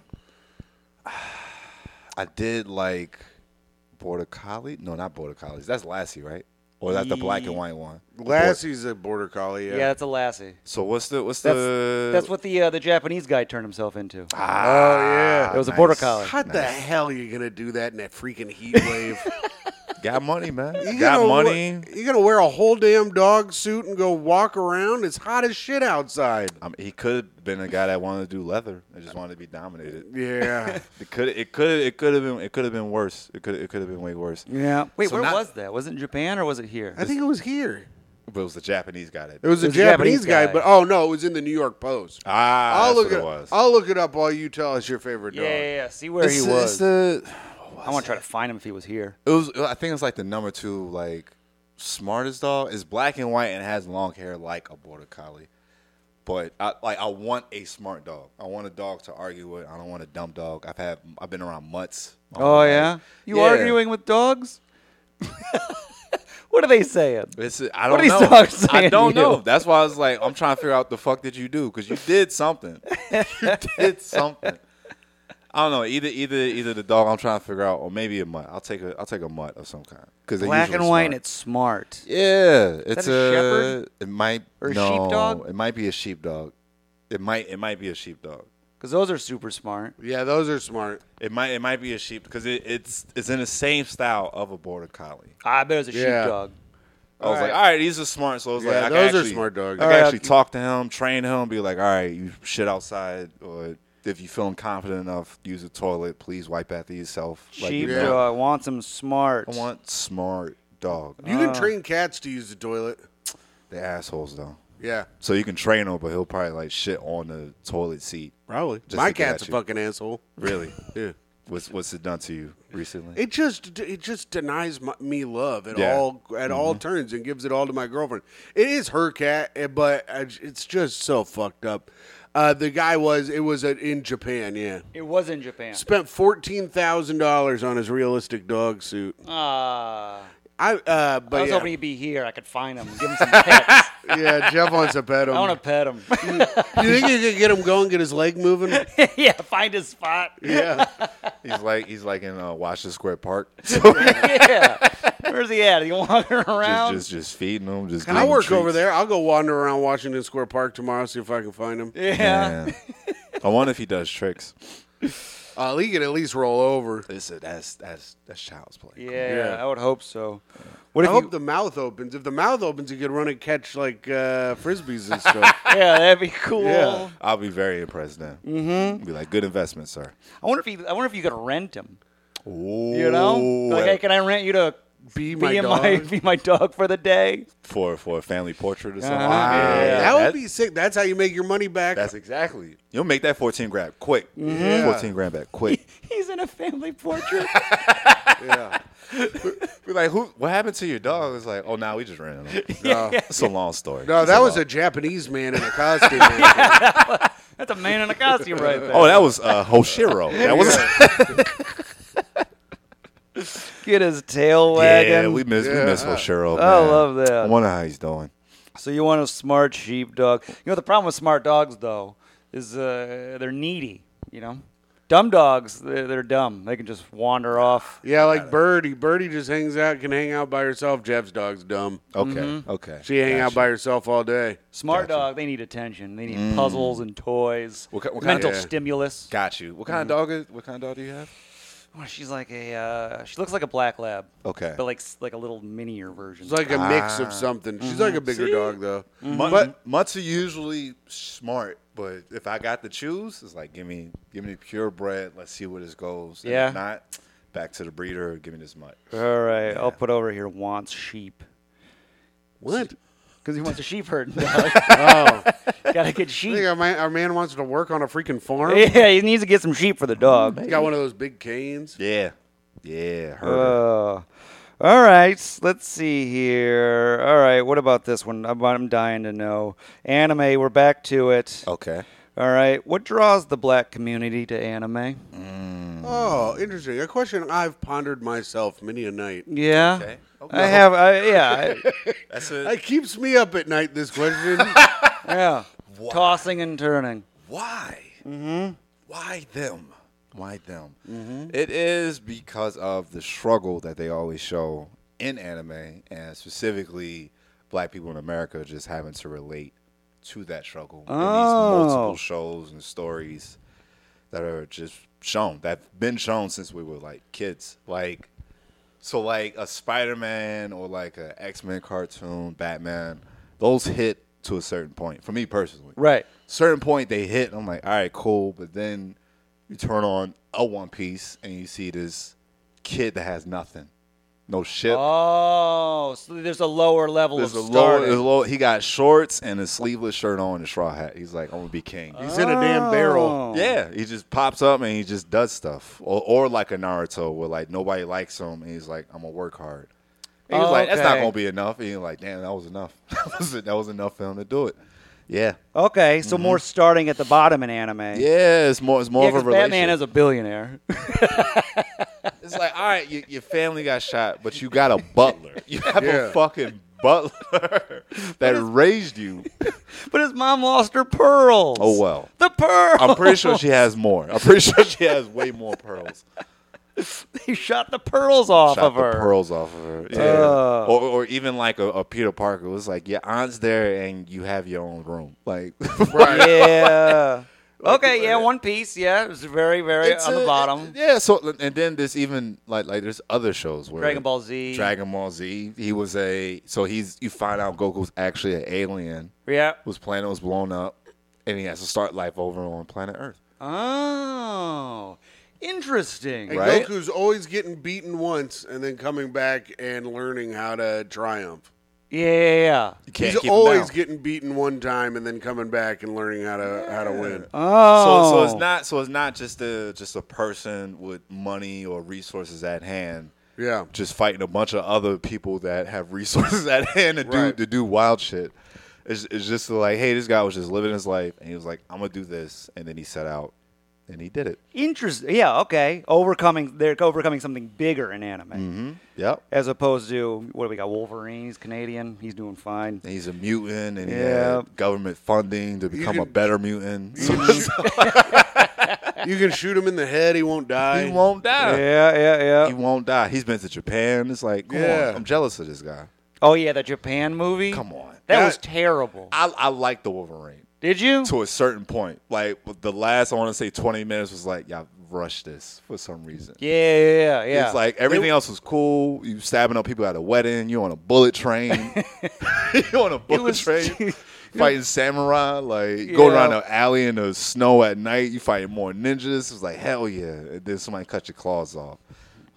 Speaker 3: I did like border collie. No, not border collies. That's Lassie, right? Or that's the black and white one. The bor-
Speaker 1: Lassie's a border collie. Yeah.
Speaker 2: Yeah, it's a lassie.
Speaker 3: So what's the what's
Speaker 2: That's,
Speaker 3: the
Speaker 2: that's what the uh, the Japanese guy turned himself into. Ah,
Speaker 1: Oh yeah.
Speaker 2: It was a border collie.
Speaker 1: How the hell are you gonna do that in that freaking heat wave?
Speaker 3: Got money, man.
Speaker 1: You
Speaker 3: Got
Speaker 1: gonna wa-
Speaker 3: money.
Speaker 1: you gonna wear a whole damn dog suit and go walk around? It's hot as shit outside.
Speaker 3: I mean, he could have been a guy that wanted to do leather. I just wanted to be dominated.
Speaker 1: Yeah.
Speaker 3: It could it could it could have been it could have been worse. It could it could have been way worse.
Speaker 2: Yeah. Wait,
Speaker 3: So
Speaker 2: where
Speaker 3: not-
Speaker 2: was that? Was it in Japan or was it here?
Speaker 1: I think it was here.
Speaker 3: But it was the Japanese guy that
Speaker 1: It was a
Speaker 2: was a
Speaker 1: Japanese,
Speaker 2: Japanese
Speaker 1: guy,
Speaker 2: guy.
Speaker 1: but oh no, it was in the New York Post.
Speaker 3: ah.
Speaker 1: I'll
Speaker 3: that's
Speaker 1: look
Speaker 3: what
Speaker 1: it.
Speaker 3: it was.
Speaker 1: I'll look it up while you tell us your favorite
Speaker 2: yeah,
Speaker 1: dog.
Speaker 2: yeah, yeah. See where he
Speaker 3: It's-
Speaker 2: was.
Speaker 3: it's the-
Speaker 2: I want to try to find him if he was here.
Speaker 3: It was. I think it's like the number two, like smartest dog. It's black and white and has long hair like a border collie. But I like I want a smart dog. I want a dog to argue with. I don't want a dumb dog. I've had I've been around mutts. my whole
Speaker 2: Oh
Speaker 3: life.
Speaker 2: yeah, you
Speaker 3: Yeah.
Speaker 2: arguing with dogs? what are they saying?
Speaker 3: It's, I
Speaker 2: What
Speaker 3: don't
Speaker 2: are these
Speaker 3: know.
Speaker 2: dogs
Speaker 3: I
Speaker 2: saying
Speaker 3: don't
Speaker 2: to you?
Speaker 3: know. That's why I was like, I'm trying to figure out the fuck did you do because you did something. you did something. I don't know. Either either either the dog I'm trying to figure out, or maybe a mutt. I'll take a I'll take a mutt of some kind because
Speaker 2: Black and white. and It's smart.
Speaker 3: Yeah, it's
Speaker 2: a
Speaker 3: a,
Speaker 2: shepherd?
Speaker 3: It might
Speaker 2: Or a
Speaker 3: no,
Speaker 2: sheepdog?
Speaker 3: It might be a sheepdog. It might it might be a sheepdog.
Speaker 2: Because those are super smart.
Speaker 1: Yeah, those are smart.
Speaker 3: It might it might be a sheep because it, it's it's in the same style of a border collie.
Speaker 2: I bet it was a
Speaker 1: Yeah.
Speaker 2: sheepdog.
Speaker 3: I was like, all right, these are smart. So I was
Speaker 1: Yeah,
Speaker 3: like, I can
Speaker 1: those are
Speaker 3: actually-
Speaker 1: smart dogs.
Speaker 3: I
Speaker 1: All
Speaker 3: can
Speaker 1: right,
Speaker 3: actually talk to him, train him, be like, all right, you shit outside, or if you feeling confident enough, use the toilet. Please wipe after yourself. Like, you know,
Speaker 2: Sheepdog wants them smart.
Speaker 3: I want smart dog.
Speaker 1: You can train cats to use the toilet.
Speaker 3: The assholes though.
Speaker 1: Yeah,
Speaker 3: So you can train him, but he'll probably like shit on the toilet seat.
Speaker 1: probably.
Speaker 3: Just
Speaker 1: My
Speaker 3: to get
Speaker 1: cat's a
Speaker 3: at you.
Speaker 1: fucking asshole.
Speaker 3: Really?
Speaker 1: Yeah.
Speaker 3: What's what's it done to you recently?
Speaker 1: It just it just denies my, me love at
Speaker 3: Yeah.
Speaker 1: all at all turns and gives it all to my girlfriend. It is her cat, eh, but I j- it's just so fucked up. Uh, the guy was it was uh in Japan. Yeah,
Speaker 2: It was in Japan. Uh,
Speaker 1: spent fourteen thousand dollars on his realistic dog suit.
Speaker 2: Ah,
Speaker 1: I uh, but
Speaker 2: I was
Speaker 1: yeah.
Speaker 2: hoping he'd be here. I could find him, give him some pets.
Speaker 1: yeah, Jeff wants to pet him.
Speaker 2: I want to pet him.
Speaker 1: you think you could get him going, get his leg moving?
Speaker 2: yeah, find his spot.
Speaker 1: Yeah.
Speaker 3: He's like he's like in uh, Washington Square Park,
Speaker 2: yeah. Where's he at? Is he walking
Speaker 3: just
Speaker 2: around?
Speaker 3: just just feeding him. Just
Speaker 1: I work over there. I'll go wander around Washington Square Park tomorrow, see if I can find him.
Speaker 2: yeah.
Speaker 3: I wonder if he does tricks.
Speaker 1: Uh, he can at least roll over.
Speaker 3: This is- that's that's that's child's play.
Speaker 2: Yeah,
Speaker 1: Yeah.
Speaker 2: I would hope so. What
Speaker 1: I
Speaker 2: if
Speaker 1: hope
Speaker 2: you,
Speaker 1: the mouth opens. If the mouth opens, you could run and catch like uh, frisbees and stuff.
Speaker 2: yeah, that'd be cool.
Speaker 1: Yeah.
Speaker 3: I'll be very impressed then. Mm-hmm. Be like, good investment, sir.
Speaker 2: I wonder if you, I wonder if you could rent him.
Speaker 3: Ooh,
Speaker 2: You know, like, hey, can I rent you to
Speaker 1: Be
Speaker 2: be
Speaker 1: my
Speaker 2: in
Speaker 1: dog.
Speaker 2: my be my dog for the day?
Speaker 3: for for a family portrait or something.
Speaker 2: Uh-huh.
Speaker 1: Yeah,
Speaker 2: Yeah,
Speaker 1: that would
Speaker 3: that-
Speaker 1: be sick. That's how you make your money back.
Speaker 3: That's exactly. You'll make that fourteen grand quick.
Speaker 1: Yeah.
Speaker 3: Fourteen grand back quick.
Speaker 2: He's in a family portrait.
Speaker 3: Be like, who? What happened to your dog? It's like, oh, now we just ran him. It's a long story.
Speaker 1: no,
Speaker 3: It's
Speaker 1: that
Speaker 3: a
Speaker 1: was
Speaker 3: long-
Speaker 1: a Japanese man in a costume. yeah.
Speaker 2: That's a man in a costume right there.
Speaker 3: Oh, that was uh, Hoshiro. That was.
Speaker 2: get his tail wagging.
Speaker 3: Yeah, we miss we miss
Speaker 1: Yeah.
Speaker 3: Hoshiro.
Speaker 2: I
Speaker 3: man.
Speaker 2: love that.
Speaker 3: I wonder how he's doing.
Speaker 2: so you want a smart sheepdog? You know the problem with smart dogs though is uh, they're needy. You know, dumb dogs they're, they're dumb. They can just wander off.
Speaker 1: yeah, like Birdie. Birdie just hangs out, can hang out by herself. Jeff's dog's dumb.
Speaker 3: Okay, okay.
Speaker 1: She hang out
Speaker 3: Gotcha.
Speaker 1: by herself all day.
Speaker 2: Smart dog they need attention. They need puzzles and toys.
Speaker 3: Mm. What ki- what kind of-
Speaker 2: mental
Speaker 3: yeah.
Speaker 2: stimulus.
Speaker 3: Got you. What kind of dog is? What kind of dog do you have?
Speaker 2: Oh, she's like a uh, she looks like a black lab.
Speaker 3: Okay.
Speaker 2: But like s- like a little minier version.
Speaker 1: It's like a mix
Speaker 3: Ah.
Speaker 1: of something. She's like a bigger
Speaker 3: See? Mm-hmm.
Speaker 1: dog though.
Speaker 3: But mutts are usually smart. But if I got to choose, it's like give me give me the purebred. Let's see where this goes. And
Speaker 2: Yeah.
Speaker 3: If not back to the breeder. Give me this mutt.
Speaker 2: All right, I'll put over here wants sheep.
Speaker 1: What?
Speaker 2: Because he wants a sheep herd. dog.
Speaker 1: Oh,
Speaker 2: Gotta get
Speaker 1: I think
Speaker 2: sheep.
Speaker 1: our man, our man wants to work on a freaking farm. He's
Speaker 2: Yeah, he needs to get some sheep for the dog.
Speaker 1: got one of those big canes.
Speaker 3: Yeah, yeah.
Speaker 2: Uh,
Speaker 3: Herder.
Speaker 2: all right, let's see here.
Speaker 3: Oh.
Speaker 2: All right, what about this one? I'm, I'm dying to know. Anime, we're back to it.
Speaker 3: okay.
Speaker 2: All right. What draws the black community to anime?
Speaker 1: Oh, interesting. A question I've pondered myself many a night.
Speaker 2: Yeah.
Speaker 3: Okay.
Speaker 2: I have. I, yeah. I,
Speaker 3: That's it.
Speaker 1: It keeps me up at night. This question.
Speaker 2: yeah.
Speaker 3: Why?
Speaker 2: Tossing and turning.
Speaker 3: Why? Mm-hmm. Why them? Why them? It is because of the struggle that they always show in anime, and specifically, black people in America just having to relate to that struggle
Speaker 2: Oh.
Speaker 3: in these multiple shows and stories that are just shown that have been shown since we were like kids. Like, so like a Spider Man or like a X Men cartoon, Batman, those hit to a certain point for me personally
Speaker 2: Right.
Speaker 3: certain point they hit. I'm like, all right, cool. But then you turn on a One Piece and you see this kid that has nothing, no ship.
Speaker 2: Oh, so there's a lower level
Speaker 3: There's a
Speaker 2: of
Speaker 3: low,
Speaker 2: starting.
Speaker 3: there's a low, he got shorts and a sleeveless shirt on and a straw hat. He's like, I'm gonna be king.
Speaker 1: He's in a damn barrel.
Speaker 2: Oh.
Speaker 3: Yeah, he just pops up and he just does stuff, or, or like a Naruto where like nobody likes him and he's like, I'm gonna work hard. And he was like, that's not
Speaker 2: Okay.
Speaker 3: gonna be enough. And he's like, damn, that was enough. that, was, that was enough for him to do it. Yeah,
Speaker 2: Okay, so more starting at the bottom in anime.
Speaker 3: Mm-hmm. yeah. It's more, it's more
Speaker 2: Yeah,
Speaker 3: of a
Speaker 2: 'cause Batman
Speaker 3: relationship.
Speaker 2: is a billionaire.
Speaker 3: It's like, all right, you, your family got shot, but you got a butler. You have
Speaker 1: Yeah.
Speaker 3: a fucking butler that raised you.
Speaker 2: but his mom lost her pearls.
Speaker 3: Oh, well.
Speaker 2: The pearls.
Speaker 3: I'm pretty sure she has more. I'm pretty sure she has way more pearls.
Speaker 2: he shot the pearls off
Speaker 3: Shot
Speaker 2: of her.
Speaker 3: the pearls off of her. Yeah.
Speaker 2: Uh.
Speaker 3: Or, or even like a, a Peter Parker. It was like, your aunt's there and you have your own room. Like,
Speaker 2: Yeah. okay, yeah, One Piece, yeah. It was very, very
Speaker 3: it's
Speaker 2: on the
Speaker 3: a-
Speaker 2: bottom.
Speaker 3: Yeah. So, and then there's even like, like there's other shows where
Speaker 2: Dragon Ball Z.
Speaker 3: Dragon Ball Z. He was a, so he's, you find out Goku's actually an alien.
Speaker 2: Yeah.
Speaker 3: whose planet was blown up, and he has to start life over on planet Earth.
Speaker 2: Oh. Interesting.
Speaker 1: And
Speaker 3: Right.
Speaker 1: Goku's always getting beaten once and then coming back and learning how to triumph.
Speaker 2: Yeah, yeah, yeah.
Speaker 3: You can't
Speaker 1: He's
Speaker 3: keep him
Speaker 1: always
Speaker 3: down.
Speaker 1: getting beaten one time and then coming back and learning how to how to win.
Speaker 3: Uh.
Speaker 2: Oh.
Speaker 3: So, so it's not so it's not just a just a person with money or resources at hand,
Speaker 1: Yeah.
Speaker 3: just fighting a bunch of other people that have resources at hand to do
Speaker 1: Right.
Speaker 3: to do wild shit. It's, it's just like, hey, this guy was just living his life, and he was like, I'm gonna do this, and then he set out, and he did it.
Speaker 2: Interesting. Yeah, okay. Overcoming, they're overcoming something bigger in anime.
Speaker 3: Mm-hmm. Yep.
Speaker 2: As opposed to, what do we got? Wolverine, he's Canadian, he's doing fine.
Speaker 3: And he's a mutant, and he
Speaker 2: Yep.
Speaker 3: had government funding to become a
Speaker 1: can-
Speaker 3: better mutant. So
Speaker 1: You can shoot him in the head, he won't die.
Speaker 3: he won't die.
Speaker 2: Yeah, yeah, yeah.
Speaker 3: he won't die. He's been to Japan. It's like, come
Speaker 1: Yeah.
Speaker 3: on, I'm jealous of this guy.
Speaker 2: Oh yeah, the Japan movie.
Speaker 3: Come on.
Speaker 2: that,
Speaker 1: That-
Speaker 2: was terrible.
Speaker 3: I, I like the Wolverine
Speaker 2: Did you?
Speaker 3: to a certain point. Like with the last, I want to say 20 minutes was like, y'all rushed this for some reason.
Speaker 2: Yeah, yeah, yeah, yeah.
Speaker 3: It's like everything else was cool. You stabbing up people at a wedding. You on a bullet train. you on a bullet
Speaker 2: was-
Speaker 3: train. Fighting samurai, like going around an alley in the snow at night. You fighting more ninjas. It's like hell yeah. And then somebody cut your claws off,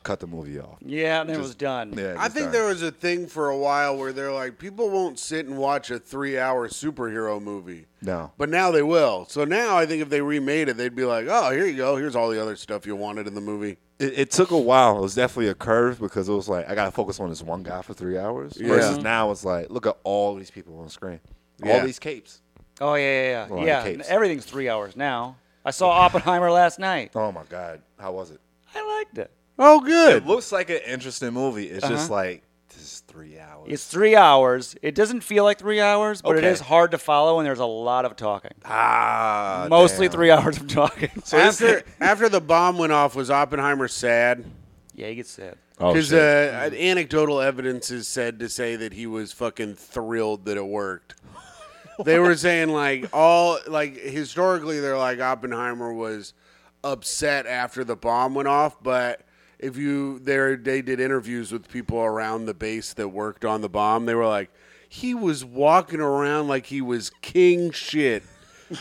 Speaker 3: cut the movie off.
Speaker 2: yeah, and then it was done.
Speaker 3: Yeah,
Speaker 1: I
Speaker 3: just
Speaker 1: think
Speaker 3: done.
Speaker 1: there was a thing for a while where they're like, people won't sit and watch a three hour superhero movie.
Speaker 3: No.
Speaker 1: But now they will. So now I think if they remade it, they'd be like, oh, here you go. Here's all the other stuff you wanted in the movie.
Speaker 3: it, it took a while. It was definitely a curve because it was like I gotta focus on this one guy for three hours. Versus now it's like look at all these people on screen,
Speaker 1: Yeah.
Speaker 3: all these capes.
Speaker 2: Oh yeah, yeah,
Speaker 3: Well,
Speaker 2: yeah.
Speaker 3: the
Speaker 2: yeah.
Speaker 3: capes.
Speaker 2: Everything's three hours now. I saw Oppenheimer last night.
Speaker 3: Oh my god, how was it?
Speaker 2: I liked it.
Speaker 1: Oh, good.
Speaker 3: It looks like an interesting movie. It's just like this is three hours.
Speaker 2: It's three hours. It doesn't feel like three hours, but it
Speaker 3: Okay.
Speaker 2: is hard to follow, and there's a lot of talking.
Speaker 3: ah,
Speaker 2: Mostly
Speaker 3: damn.
Speaker 2: three hours of talking.
Speaker 1: After, after the bomb went off, was Oppenheimer sad?
Speaker 2: yeah, you get sad.
Speaker 3: Oh,
Speaker 1: Because
Speaker 3: shit.
Speaker 1: uh, anecdotal evidence is said to say that he was fucking thrilled that it worked. they were saying like all like historically they're like Oppenheimer was upset after the bomb went off, but if you there they did interviews with people around the base that worked on the bomb, they were like he was walking around like he was king shit.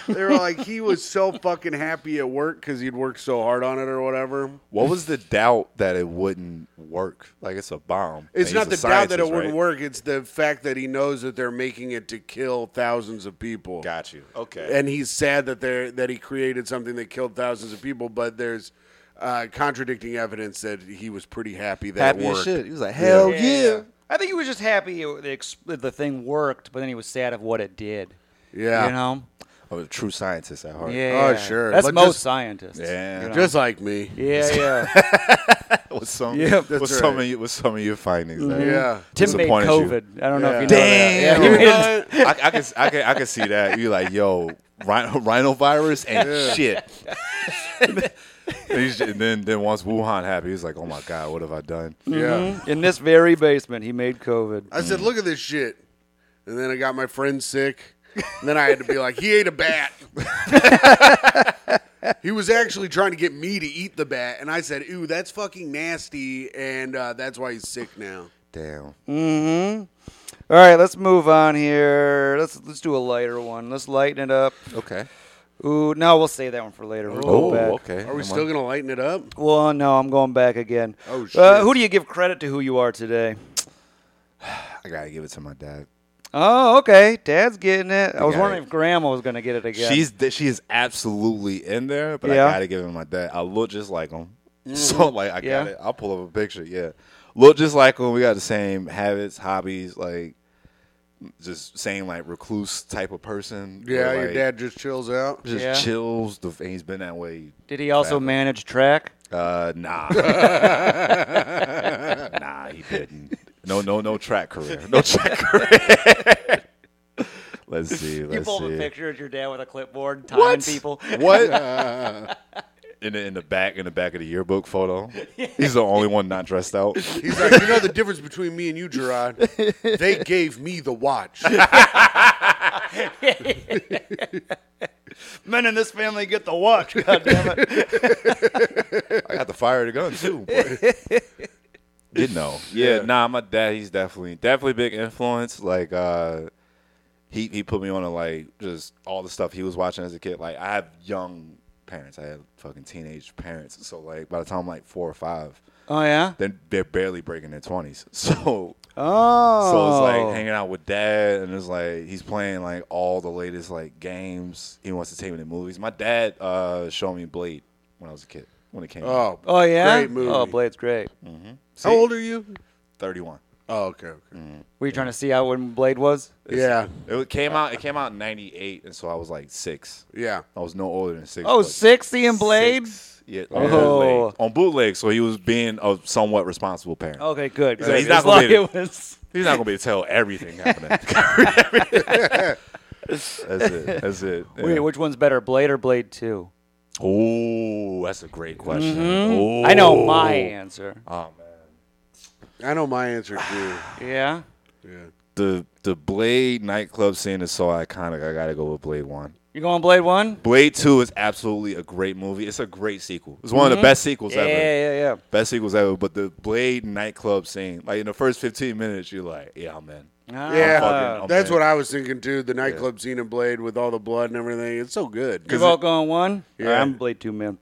Speaker 1: they were like he was so fucking happy at work because he'd worked so hard on it or whatever.
Speaker 3: what was the doubt that it wouldn't work? Like it's a bomb.
Speaker 1: It's
Speaker 3: And
Speaker 1: not the
Speaker 3: he's a
Speaker 1: doubt that it
Speaker 3: scientist,
Speaker 1: wouldn't
Speaker 3: right?
Speaker 1: work. It's the fact that he knows that they're making it to kill thousands of people.
Speaker 3: Got you. Okay.
Speaker 1: And he's sad that they that he created something that killed thousands of people. But there's uh, contradicting evidence that he was pretty happy that it
Speaker 3: happy as
Speaker 1: worked.
Speaker 3: shit. He was like, hell yeah.
Speaker 2: I think he was just happy it, the, ex- the thing worked, but then he was sad of what it did.
Speaker 1: Yeah.
Speaker 2: You know?
Speaker 3: a Oh, true scientist at heart.
Speaker 2: Yeah.
Speaker 1: Oh, sure.
Speaker 2: That's
Speaker 1: Let's
Speaker 2: most
Speaker 1: just-
Speaker 2: scientists.
Speaker 3: Yeah.
Speaker 2: you know?
Speaker 1: Just like me.
Speaker 2: yeah, yeah.
Speaker 3: With some,
Speaker 2: Yeah, Mm-hmm.
Speaker 3: with
Speaker 1: that's
Speaker 3: some
Speaker 1: right.
Speaker 3: of you, with some of your findings. that
Speaker 1: Yeah.
Speaker 2: Tim made
Speaker 3: disappointed you.
Speaker 2: COVID. I don't know if you know that.
Speaker 3: Damn.
Speaker 2: Yeah, he made it.
Speaker 1: Right?
Speaker 3: I, I can, I can, I can see that. You're like, yo, rhino, rhinovirus and shit. and, he's- and then, then once Wuhan happened, he was like, oh my god, what have I done?
Speaker 2: Mm.
Speaker 3: Mm-hmm.
Speaker 1: Yeah.
Speaker 2: In this very basement, he made COVID.
Speaker 1: I said, look at this shit. And then I got my friend sick. And then I had to be like, he ate a bat. he was actually trying to get me to eat the bat. And I said, ooh, that's fucking nasty. And uh, that's why he's sick now.
Speaker 3: Damn.
Speaker 2: Mm-hmm. All right, let's move on here. Let's let's do a lighter one. Let's lighten it up.
Speaker 3: Okay.
Speaker 2: Ooh, no, we'll save that one for later. We'll go
Speaker 3: Oh,
Speaker 2: back.
Speaker 3: okay.
Speaker 1: Are we
Speaker 3: Come
Speaker 1: still
Speaker 3: on.
Speaker 1: going to lighten it up?
Speaker 2: Well, no, I'm going back again.
Speaker 1: Oh,
Speaker 2: Uh,
Speaker 1: shit.
Speaker 2: who do you give credit to? Who you are today?
Speaker 3: I gotta give it to my dad.
Speaker 2: Oh, okay. Dad's getting it. I was
Speaker 3: got
Speaker 2: wondering
Speaker 3: it.
Speaker 2: if Grandma was going to get it again.
Speaker 3: She's th- she is absolutely in there, but
Speaker 2: Yeah. Mm-hmm.
Speaker 3: I gotta give him my dad. I look just like him, so like I
Speaker 2: Yeah.
Speaker 3: got it. I'll pull up a picture. Yeah, look just like him. We got the same habits, hobbies, like just same like recluse type of person.
Speaker 1: Yeah,
Speaker 3: where,
Speaker 1: your
Speaker 3: like,
Speaker 1: dad just chills out.
Speaker 3: just
Speaker 2: Yeah.
Speaker 3: chills. The and he's been that way.
Speaker 2: Did he also
Speaker 3: Exactly.
Speaker 2: manage track?
Speaker 3: Uh, nah, nah, he didn't. No, no, no track career. No track career. let's see. Let's
Speaker 2: You pulled
Speaker 3: see.
Speaker 2: a picture of your dad with a clipboard, timing people.
Speaker 3: What? in the in the back in the back of the yearbook photo, he's the only one not dressed out.
Speaker 1: He's like, you know the difference between me and you, Gerard? They gave me the watch.
Speaker 2: Men in this family get the watch. God damn it.
Speaker 3: I got to fire the gun too. but- You know, yeah, Nah, my dad, he's definitely definitely a big influence. Like, uh, he he put me on to like just all the stuff he was watching as a kid. Like, I have young parents. I have fucking teenage parents. So like, by the time I'm like four or five,
Speaker 2: Oh yeah.
Speaker 3: then they're barely breaking their twenties. So
Speaker 2: Oh.
Speaker 3: So it's like hanging out with dad, and it's like he's playing like all the latest like games. He wants to take me to movies. My dad uh, showed me Blade when I was a kid when it came out.
Speaker 1: Oh,
Speaker 2: Oh yeah.
Speaker 1: Great movie.
Speaker 2: Oh, Blade's great.
Speaker 1: How old are you?
Speaker 3: Thirty one.
Speaker 1: Oh, okay. okay.
Speaker 2: Were you trying to see out when Blade was?
Speaker 1: Yeah,
Speaker 3: It came out. It came out in ninety eight, and so I was like six.
Speaker 1: yeah.
Speaker 3: I was no older than six.
Speaker 2: Oh,
Speaker 3: but
Speaker 2: sexy and Blade.
Speaker 3: six. Yeah,
Speaker 2: Oh. Oh.
Speaker 3: on, bootleg. on bootleg. So he was being a somewhat responsible parent.
Speaker 2: Okay, good.
Speaker 3: He's
Speaker 2: good.
Speaker 3: like, he's not
Speaker 2: As long
Speaker 3: related.
Speaker 2: it was.
Speaker 3: He's not gonna be able to tell everything happening. that's it. That's it.
Speaker 2: Wait,
Speaker 3: Yeah.
Speaker 2: which one's better, Blade or Blade Two?
Speaker 3: Oh, that's a great question.
Speaker 2: Mm-hmm.
Speaker 3: Oh.
Speaker 2: I know my answer.
Speaker 3: Oh man.
Speaker 1: I know my answer too.
Speaker 2: Yeah.
Speaker 1: Yeah.
Speaker 3: The the Blade nightclub scene is so iconic. I gotta go with Blade One.
Speaker 2: You going Blade One?
Speaker 3: Blade Two is absolutely a great movie. It's a great sequel. It's one of the best sequels
Speaker 2: Mm-hmm. Yeah,
Speaker 3: ever.
Speaker 2: yeah, yeah.
Speaker 3: Best sequels ever. But the Blade nightclub scene, like in the first fifteen minutes, you're like, yeah, I'm in.
Speaker 2: Ah.
Speaker 1: Yeah,
Speaker 3: fucking- I'm
Speaker 1: that's
Speaker 3: in.
Speaker 1: what I was thinking too. The nightclub scene in Blade with all the blood and everything. It's so good.
Speaker 2: You're all going one.
Speaker 1: Yeah.
Speaker 2: I'm Blade Two, man.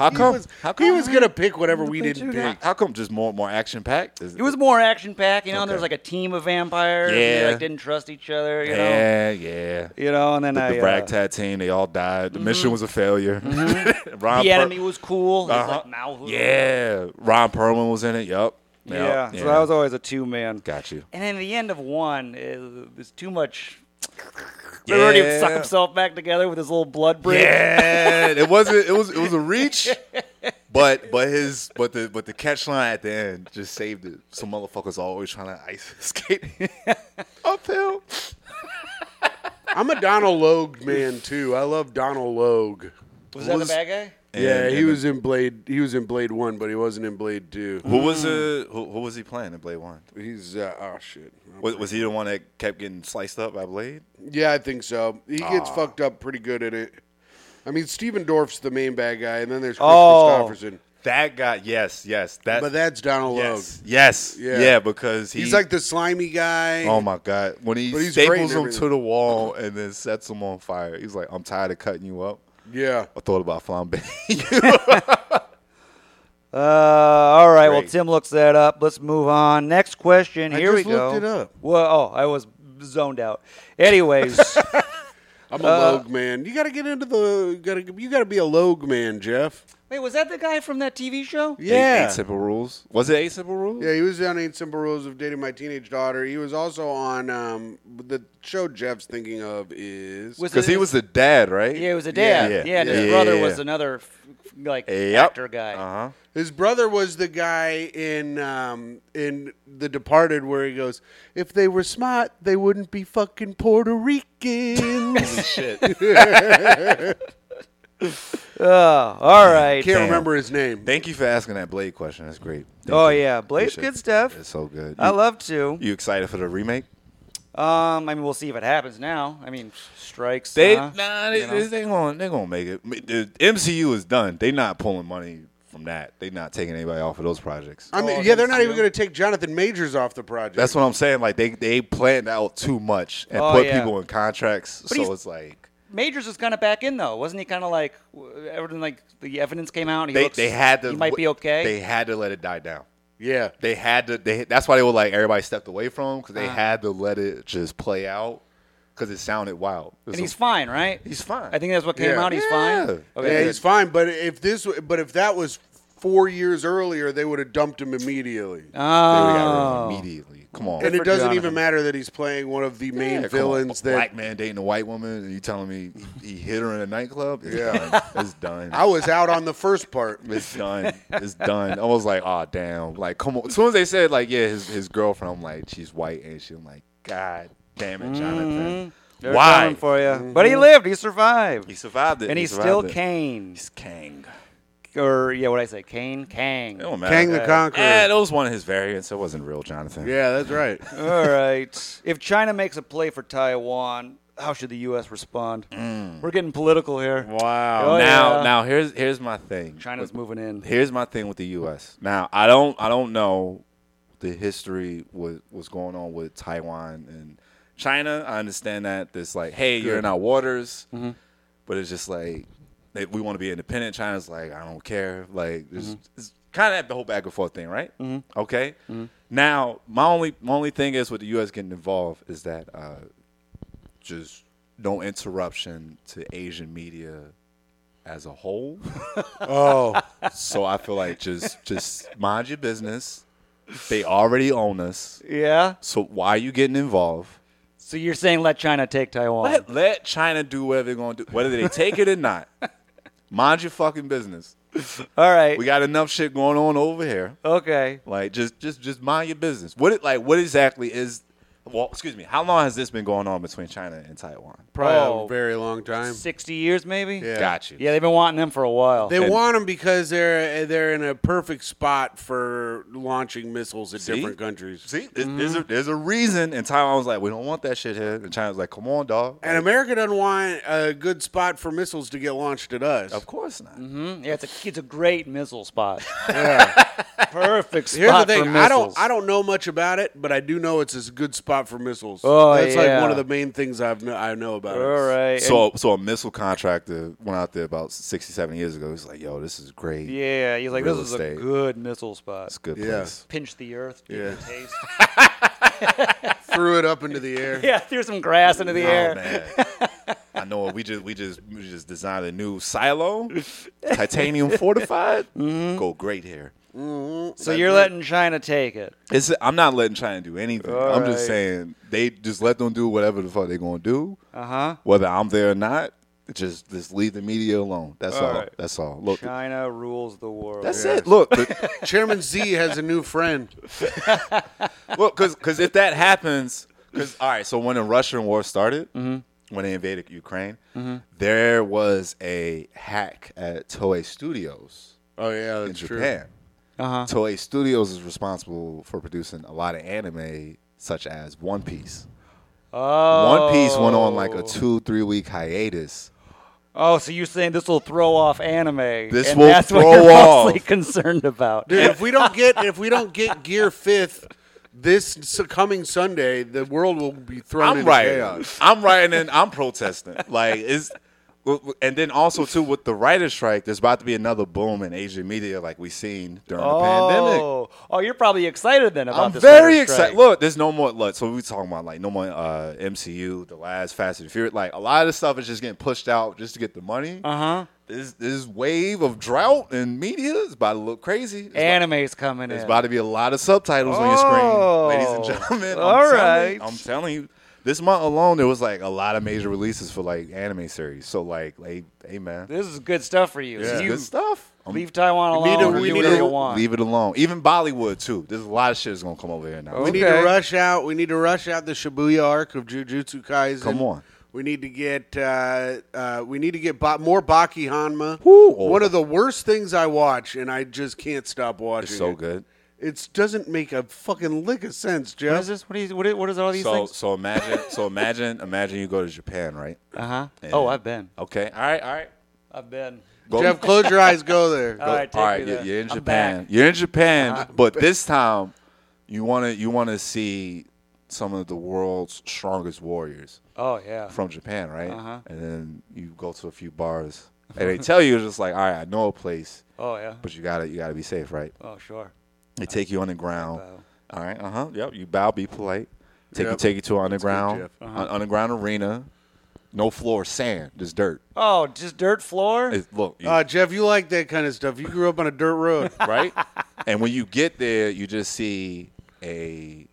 Speaker 3: How
Speaker 1: he
Speaker 3: come?
Speaker 1: was,
Speaker 3: how come?
Speaker 1: he was gonna pick whatever we didn't
Speaker 2: you
Speaker 1: pick.
Speaker 3: How come? Just more more action packed.
Speaker 2: It was more action packed, you know. and There
Speaker 3: Okay.
Speaker 2: was like a team of vampires. And
Speaker 3: Yeah.
Speaker 2: they, like didn't trust each other, you know.
Speaker 3: Yeah, yeah.
Speaker 2: You know, and then
Speaker 3: The,
Speaker 2: I,
Speaker 3: the
Speaker 2: uh,
Speaker 3: ragtag team, they all died. The mission was a failure. Ron
Speaker 2: Mm-hmm. the
Speaker 3: Per-
Speaker 2: enemy was cool. He's
Speaker 3: Uh-huh.
Speaker 2: like, now who?
Speaker 3: yeah, Ron Perlman was in it. Yup. Yup.
Speaker 2: yeah. So that was always a two man.
Speaker 3: Got you.
Speaker 2: And then at the end of one, it was too much. Remember when he
Speaker 3: Yeah.
Speaker 2: sucked himself back together with his little blood break?
Speaker 3: Yeah, it wasn't. It was. It was a reach. But but his but the but the catch line at the end just saved it. Some motherfuckers always trying to ice skate uphill.
Speaker 1: I'm a Donald Logue man too. I love Donald Logue.
Speaker 2: Was that the
Speaker 3: Was-
Speaker 2: bad guy?
Speaker 1: yeah,
Speaker 3: And-
Speaker 1: he
Speaker 3: and
Speaker 1: was in Blade. He was in Blade One, but he wasn't in Blade Two.
Speaker 3: Who was the who, who was he playing in Blade One?
Speaker 1: He's uh, oh shit.
Speaker 3: Was, was he the one that kept getting sliced up by Blade?
Speaker 1: Yeah, I think so. He
Speaker 3: Ah.
Speaker 1: gets fucked up pretty good at it. I mean, Steven Dorff's the main bad guy, and then there's Chris
Speaker 2: Oh.
Speaker 1: Christopherson.
Speaker 3: That guy. Yes, yes. That.
Speaker 1: But that's Donald
Speaker 3: yes,
Speaker 1: Logue.
Speaker 3: yes,
Speaker 1: Yeah.
Speaker 3: yeah. Because he,
Speaker 1: He's like the slimy guy.
Speaker 3: Oh my god! When he
Speaker 1: But he's great and
Speaker 3: staples him
Speaker 1: everything.
Speaker 3: to the wall and then sets him on fire, he's like, "I'm tired of cutting you up.
Speaker 1: Yeah.
Speaker 3: I thought about flambeing
Speaker 2: Uh, all right. Well,
Speaker 3: Great.
Speaker 2: Tim looks that up. Let's move on. Next question.
Speaker 1: I
Speaker 2: Here
Speaker 1: just
Speaker 2: we go.
Speaker 1: looked it up.
Speaker 2: Well, oh, I was zoned out. Anyways,
Speaker 1: I'm a
Speaker 3: Uh,
Speaker 1: log man. You got to get into the. Got to. You got to be a log man, Jeff.
Speaker 2: Wait, was that the guy from that TV show?
Speaker 1: Yeah.
Speaker 3: Eight, eight simple rules. Was it eight simple rules?
Speaker 1: Yeah, he was on Eight Simple Rules of Dating My Teenage Daughter. He was also on um, the show Jeff's thinking of is
Speaker 2: Was
Speaker 3: Because he was the dad, right?
Speaker 2: Yeah, it was a dad. Yeah,
Speaker 3: Yeah,
Speaker 2: and his
Speaker 3: yeah,
Speaker 2: brother
Speaker 3: yeah.
Speaker 2: was another f- f- like
Speaker 3: Yep.
Speaker 2: actor guy.
Speaker 3: Uh huh.
Speaker 1: his brother was the guy in um, in The Departed where he goes, "If they were smart, they wouldn't be fucking Puerto Ricans."
Speaker 3: Shit.
Speaker 2: Oh, all right.
Speaker 1: Can't
Speaker 3: Damn.
Speaker 1: remember his name.
Speaker 3: Thank you for asking that Blade question. That's great. Thank
Speaker 2: Oh
Speaker 3: you.
Speaker 2: yeah, Blade's
Speaker 3: Appreciate
Speaker 2: good
Speaker 3: it.
Speaker 2: stuff.
Speaker 3: It's so good.
Speaker 2: I
Speaker 3: You-
Speaker 2: love to.
Speaker 3: You excited for the remake?
Speaker 2: Um, I mean, we'll see if it happens now. I mean, strikes.
Speaker 3: They
Speaker 2: uh,
Speaker 3: nah,
Speaker 2: you
Speaker 3: they,
Speaker 2: know.
Speaker 3: they, they gonna they gonna make it. I mean, The MCU is done. They not pulling money from that. They not taking anybody off of those projects.
Speaker 1: I mean,
Speaker 2: Oh,
Speaker 1: yeah, they're not
Speaker 2: MCU.
Speaker 1: even going to take Jonathan Majors off the project.
Speaker 3: That's what I'm saying. Like they they planned out too much and
Speaker 2: Oh,
Speaker 3: put
Speaker 2: yeah.
Speaker 3: people in contracts.
Speaker 2: he's-
Speaker 3: so it's like
Speaker 2: Majors was kind of back in though, wasn't he? Kind of like w- everything, like the evidence came out. And he
Speaker 3: they,
Speaker 2: looks-
Speaker 3: they had to.
Speaker 2: He might be okay.
Speaker 3: They had to let it die down.
Speaker 1: yeah.
Speaker 3: They had to. They that's why they were like everybody stepped away from because
Speaker 2: Uh-huh.
Speaker 3: they had to let it just play out because it sounded wild. It was
Speaker 2: and he's
Speaker 3: a-
Speaker 2: fine, right?
Speaker 3: he's fine.
Speaker 2: I think that's what came
Speaker 1: Yeah.
Speaker 2: out. He's
Speaker 3: Yeah.
Speaker 2: fine.
Speaker 1: yeah,
Speaker 2: Okay.
Speaker 1: he's fine. But if this, but if that was four years earlier, they would have dumped him immediately.
Speaker 3: They would've got rid
Speaker 2: oh.
Speaker 3: of him immediately. Come on.
Speaker 1: and it
Speaker 2: for
Speaker 1: doesn't
Speaker 2: Jonathan.
Speaker 1: even matter that he's playing one of the main
Speaker 3: Yeah, come on.
Speaker 1: villains.
Speaker 3: A
Speaker 1: That
Speaker 3: black man dating a white woman, and you telling me he, he hit her in a nightclub? It's
Speaker 1: Yeah.
Speaker 3: done. It's done.
Speaker 1: I was out on the first part.
Speaker 3: it's done. It's done. I was like, oh damn. Like, come on. As soon as they said like, yeah, his his girlfriend, I'm like, she's white, and she, I'm like, god damn it, Jonathan.
Speaker 2: Mm-hmm. They're
Speaker 3: Why?
Speaker 2: coming for you. But he lived. He survived.
Speaker 3: Mm-hmm. He survived it.
Speaker 2: and
Speaker 3: He
Speaker 2: he's still
Speaker 3: survived it.
Speaker 2: Kane.
Speaker 3: He's Kang.
Speaker 2: Or yeah, what I say, Kane, Kang.
Speaker 3: It don't
Speaker 2: All
Speaker 3: matter.
Speaker 1: Kang the Conqueror.
Speaker 3: Yeah, that was one of his variants. It wasn't real Jonathan.
Speaker 1: Yeah, that's right.
Speaker 2: right. If China makes a play for Taiwan, how should the U.S. respond?
Speaker 3: Mm.
Speaker 2: We're getting political here.
Speaker 3: Wow.
Speaker 2: Oh,
Speaker 3: now,
Speaker 2: yeah.
Speaker 3: now here's here's my thing.
Speaker 2: China's moving in.
Speaker 3: here's my thing with the U.S. Now I don't I don't know the history what what's going on with Taiwan and China. I understand that there's like, hey, you're in our waters, but it's just like they, we want to be independent. China's like, I don't care. Like there's, it's kind of the whole back and forth thing, right? Okay. Now my only my only thing is with the U.S. getting involved is that uh, just no interruption to Asian media as a whole.
Speaker 1: Oh,
Speaker 3: So I feel like just just mind your business. They already own us.
Speaker 2: Yeah.
Speaker 3: So why are you getting involved?
Speaker 2: So you're saying let China take Taiwan?
Speaker 3: Let, let China do whatever they're gonna do, whether they take it or not. Mind your fucking business.
Speaker 2: All right.
Speaker 3: We got enough shit going on over here.
Speaker 2: okay.
Speaker 3: Like just just just mind your business. What it like what exactly is well, excuse me, how long has this been going on between China and Taiwan?
Speaker 1: probably
Speaker 2: Oh.
Speaker 1: a very long time.
Speaker 2: Sixty years maybe.
Speaker 1: Yeah.
Speaker 3: Got you.
Speaker 2: Yeah, they've been wanting them for a while.
Speaker 1: They
Speaker 3: And-
Speaker 1: want him because they're they're in a perfect spot for launching missiles at
Speaker 3: See?
Speaker 1: different countries.
Speaker 3: See, th- there's a there's a reason and Taiwan was like, We don't want that shit here. And China's like, Come on, dog.
Speaker 1: And America doesn't want a good spot for missiles to get launched at us.
Speaker 3: of course not.
Speaker 2: Mm, yeah, it's a it's a great missile spot. Perfect spot
Speaker 1: Here's the
Speaker 2: for
Speaker 1: thing: I
Speaker 2: missiles.
Speaker 1: don't I don't know much about it, but I do know it's a good spot for missiles.
Speaker 2: Oh,
Speaker 1: That's
Speaker 2: yeah.
Speaker 1: like one of the main things I've kn- I know about
Speaker 2: All
Speaker 1: it.
Speaker 2: right.
Speaker 3: So, so a missile contractor went out there about 60, 70 years ago. He's like, "Yo, this is great.
Speaker 2: And- yeah, he's like, this
Speaker 3: Real
Speaker 2: is a
Speaker 3: estate.
Speaker 2: good missile spot.
Speaker 3: It's a good
Speaker 1: Yeah.
Speaker 3: place."
Speaker 2: Pinch the earth, give
Speaker 1: Yeah.
Speaker 2: it a taste.
Speaker 1: Threw it up into the air.
Speaker 2: yeah, threw some grass into the
Speaker 3: Oh,
Speaker 2: air.
Speaker 3: man. I know. We just, we just, we just designed a new silo, titanium fortified.
Speaker 2: Mm-hmm.
Speaker 3: Go great here.
Speaker 2: So you're letting China take it.
Speaker 3: It's, I'm not letting China do anything.
Speaker 2: All
Speaker 3: I'm
Speaker 2: right.
Speaker 3: just saying they just let them do whatever the fuck they're gonna do,
Speaker 2: Uh huh.
Speaker 3: whether I'm there or not. Just, just leave the media alone. That's all.
Speaker 2: right.
Speaker 3: That's all. Look,
Speaker 2: China rules the world.
Speaker 3: that's it. Look, the-
Speaker 1: Chairman Z has a new friend.
Speaker 3: well, because if that happens, because all right, so when the Russian war started,
Speaker 1: Mm-hmm.
Speaker 3: when they invaded Ukraine, there was a hack at Toei Studios
Speaker 1: Oh yeah, that's
Speaker 3: in
Speaker 1: true. Uh-huh.
Speaker 3: Japan.
Speaker 2: Uh huh.
Speaker 3: Toei Studios is responsible for producing a lot of anime, such as One Piece.
Speaker 2: Oh.
Speaker 3: One Piece went on like a two, three week hiatus.
Speaker 2: Oh, so you're saying this will throw off anime?
Speaker 3: This
Speaker 2: and
Speaker 3: will
Speaker 2: that's what
Speaker 3: throw
Speaker 2: you're mostly
Speaker 3: off.
Speaker 2: concerned about.
Speaker 1: Dude, if we don't get if we don't get Gear Fifth this s- coming Sunday, the world will be thrown
Speaker 3: I'm
Speaker 1: into
Speaker 3: writing.
Speaker 1: chaos.
Speaker 3: I'm writing and I'm protesting. Like it's Well, well, And then also too with the writer's strike, there's about to be another boom in Asian media, like we seen during the pandemic.
Speaker 4: Oh, oh, you're probably excited then about
Speaker 3: I'm
Speaker 4: this.
Speaker 3: very
Speaker 4: writer's
Speaker 3: excited.
Speaker 4: strike.
Speaker 3: Look, there's no more. Look, so we talking about like no more uh, MCU, the last Fast and Furious. Like a lot of stuff is just getting pushed out just to get the money. Uh
Speaker 4: Uh-huh.
Speaker 3: huh. This this wave of drought in media is about to look crazy. It's about-
Speaker 4: anime's coming
Speaker 3: there's
Speaker 4: in.
Speaker 3: about to be a lot of subtitles on your
Speaker 4: Oh.
Speaker 3: screen, ladies and gentlemen. I'm
Speaker 4: All
Speaker 3: telling-
Speaker 4: right.
Speaker 3: I'm telling you, this month alone there was like a lot of major releases for like anime series. So like, hey, hey man,
Speaker 4: this is good stuff for you.
Speaker 3: this is
Speaker 4: you
Speaker 3: good stuff. I'm-
Speaker 4: leave Taiwan
Speaker 1: We need
Speaker 4: alone.
Speaker 1: to- we
Speaker 4: do
Speaker 1: need
Speaker 4: whatever
Speaker 1: to
Speaker 4: you want.
Speaker 3: Leave it alone. Even Bollywood too. There's a lot of shit that's gonna come over here now.
Speaker 4: Oh,
Speaker 1: We need
Speaker 2: Okay.
Speaker 1: to rush out. We need to rush out the Shibuya arc of Jujutsu Kaisen.
Speaker 3: Come on.
Speaker 1: We need to get uh, uh, we need to get ba- more Baki Hanma.
Speaker 3: Woo.
Speaker 4: oh.
Speaker 1: One of the worst things I watch, and I just can't stop watching.
Speaker 3: It's so
Speaker 1: it.
Speaker 3: good.
Speaker 1: It doesn't make a fucking lick of sense,
Speaker 4: What is
Speaker 1: Jeff.
Speaker 4: this? What is, what is, what is all these
Speaker 3: So
Speaker 4: things?
Speaker 3: so imagine so imagine imagine you go to Japan, right?
Speaker 4: Uh huh.
Speaker 3: And-
Speaker 4: Oh, I've been.
Speaker 3: Okay. All right. All right.
Speaker 4: I've been.
Speaker 3: Go,
Speaker 1: Jeff, close your eyes. Go there.
Speaker 4: All right, take
Speaker 3: all right.
Speaker 4: me
Speaker 3: You're,
Speaker 4: there.
Speaker 3: you're in
Speaker 4: I'm
Speaker 3: Japan.
Speaker 4: back. Uh-huh.
Speaker 3: You're in Japan, but this time you wanna you wanna see some of the world's strongest warriors
Speaker 4: Oh yeah.
Speaker 3: from Japan, right?
Speaker 4: Uh-huh.
Speaker 3: And then you go to a few bars, and they tell you it's just like, all right, I know a place,
Speaker 4: Oh yeah.
Speaker 3: but you gotta you gotta be safe, right?
Speaker 4: Oh sure.
Speaker 3: They take you underground.
Speaker 4: bow.
Speaker 3: All right. Uh huh. Yep. You bow. Be polite. Take you
Speaker 1: Yep.
Speaker 3: take you to an underground
Speaker 1: Jeff.
Speaker 3: an underground arena. No floor, sand, just dirt.
Speaker 4: Oh, just dirt floor.
Speaker 3: It's- look, you-
Speaker 1: Uh, Jeff, you like that kind of stuff. You grew up on a dirt road.
Speaker 3: right? and when you get there, you just see a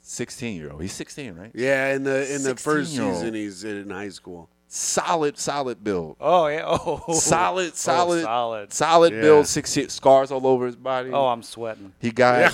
Speaker 3: sixteen year old. He's sixteen, right?
Speaker 1: Yeah, in the in the first
Speaker 3: 16-year-old.
Speaker 1: season, he's in high school.
Speaker 3: Solid, solid build.
Speaker 4: oh yeah. Oh.
Speaker 3: Solid, solid,
Speaker 4: solid.
Speaker 3: solid
Speaker 1: Yeah.
Speaker 3: build. Six scars all over his body.
Speaker 4: Oh, I'm sweating.
Speaker 3: he got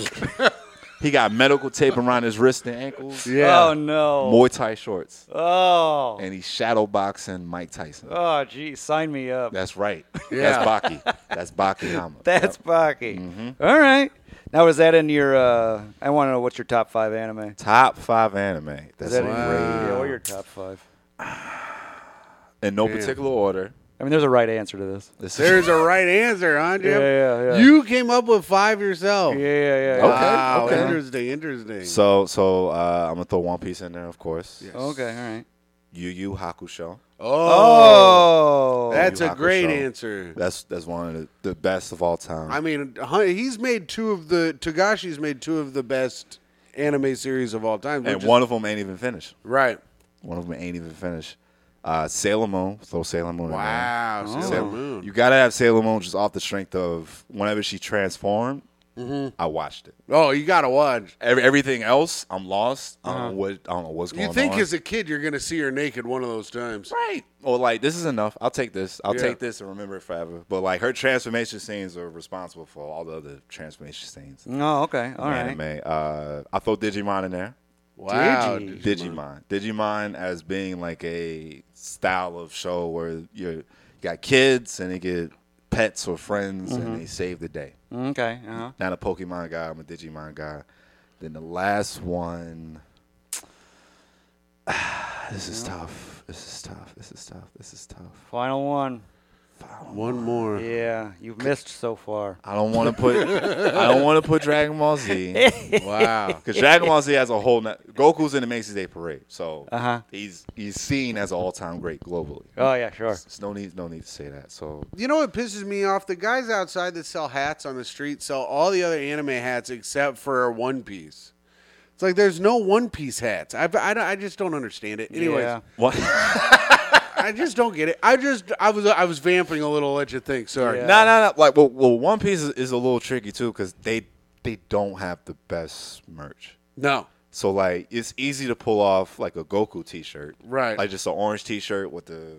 Speaker 3: he got medical tape around his wrists and ankles.
Speaker 1: Yeah.
Speaker 4: Oh no.
Speaker 3: Muay Thai shorts,
Speaker 4: Oh.
Speaker 3: and he's shadow boxing Mike Tyson.
Speaker 4: Oh, gee, sign me up.
Speaker 3: That's right.
Speaker 1: Yeah.
Speaker 3: That's Baki. That's Baki Hama.
Speaker 4: That's Baki.
Speaker 3: Mm-hmm.
Speaker 4: All right. Now, is that in your? uh I want to know what's your top five anime.
Speaker 3: top five anime.
Speaker 4: Is
Speaker 3: That's
Speaker 4: that
Speaker 3: great.
Speaker 4: in yeah, what are your top five?
Speaker 3: In no particular order.
Speaker 4: I mean, there's a right answer to this.
Speaker 3: This is-
Speaker 1: There's a right answer, huh, Jeff?
Speaker 4: Yeah, yeah, yeah.
Speaker 1: You came up with five yourself.
Speaker 4: Yeah, yeah, yeah.
Speaker 3: Okay,
Speaker 1: Wow,
Speaker 3: okay.
Speaker 1: interesting, interesting.
Speaker 3: so so uh, I'm gonna throw One Piece in there, of course.
Speaker 1: Yes.
Speaker 4: Okay, all right.
Speaker 3: Yu Yu Hakusho.
Speaker 4: Oh,
Speaker 1: oh, that's
Speaker 3: Yu
Speaker 1: a
Speaker 3: Hakusho.
Speaker 1: great answer.
Speaker 3: That's that's one of the, the best of all time.
Speaker 1: I mean, hun- he's made two of the Tagashi's made two of the best anime series of all time. We're
Speaker 3: and
Speaker 1: just-
Speaker 3: one of them ain't even finished.
Speaker 1: right?
Speaker 3: One of them ain't even finished. Uh, Sailor Moon. Throw Sailor Moon. in there.
Speaker 1: Wow, Sailor
Speaker 3: Oh.
Speaker 1: Moon.
Speaker 3: You gotta have Sailor Moon just off the strength of whenever she transformed. I watched it.
Speaker 1: Oh, you gotta watch.
Speaker 3: Mm-hmm. Every, everything else, I'm lost. I don't know what I don't know what's going
Speaker 1: You
Speaker 3: on.
Speaker 1: think as a kid you're gonna see her naked one of those times?
Speaker 3: Right. Or like this is enough. I'll take this. I'll
Speaker 1: Yeah.
Speaker 3: take this and remember it forever. But like her transformation scenes are responsible for all the other transformation scenes.
Speaker 2: Mm,
Speaker 3: in
Speaker 4: oh, okay, all right.
Speaker 3: Anime. Uh, I throw Digimon in there.
Speaker 1: Wow,
Speaker 4: Digi.
Speaker 3: Digimon. Digimon as being like a style of show where you're, you got kids and they get pets or friends and they save the day.
Speaker 4: Okay, uh-huh.
Speaker 3: Not a Pokemon guy. I'm a Digimon guy. Then the last one. this is tough. This is tough. This is tough. This is tough.
Speaker 4: Final one.
Speaker 1: one more.
Speaker 4: Yeah, you've missed so far.
Speaker 3: I don't want to put I don't want to put Dragon Ball Z
Speaker 1: Wow.
Speaker 3: because Dragon Ball Z has a whole not, Goku's in the Macy's Day Parade, so
Speaker 4: Uh-huh.
Speaker 3: he's he's seen as an all time great globally.
Speaker 4: Oh yeah, sure.
Speaker 3: There's no need no need to say that. So
Speaker 1: You know what pisses me off? The guys outside that sell hats on the street sell all the other anime hats except for One Piece. It's like there's no One Piece hats. I, I, don't- I just don't understand it. Anyways,
Speaker 4: Yeah.
Speaker 3: what?
Speaker 1: I just don't get it. I just I was I was vamping a little. Let you think. Sorry.
Speaker 4: Yeah.
Speaker 3: No no no. Like well, well One Piece is, is a little tricky too because they they don't have the best merch.
Speaker 1: No.
Speaker 3: So like it's easy to pull off like a Goku T-shirt,
Speaker 1: Right.
Speaker 3: Like just an orange T-shirt with the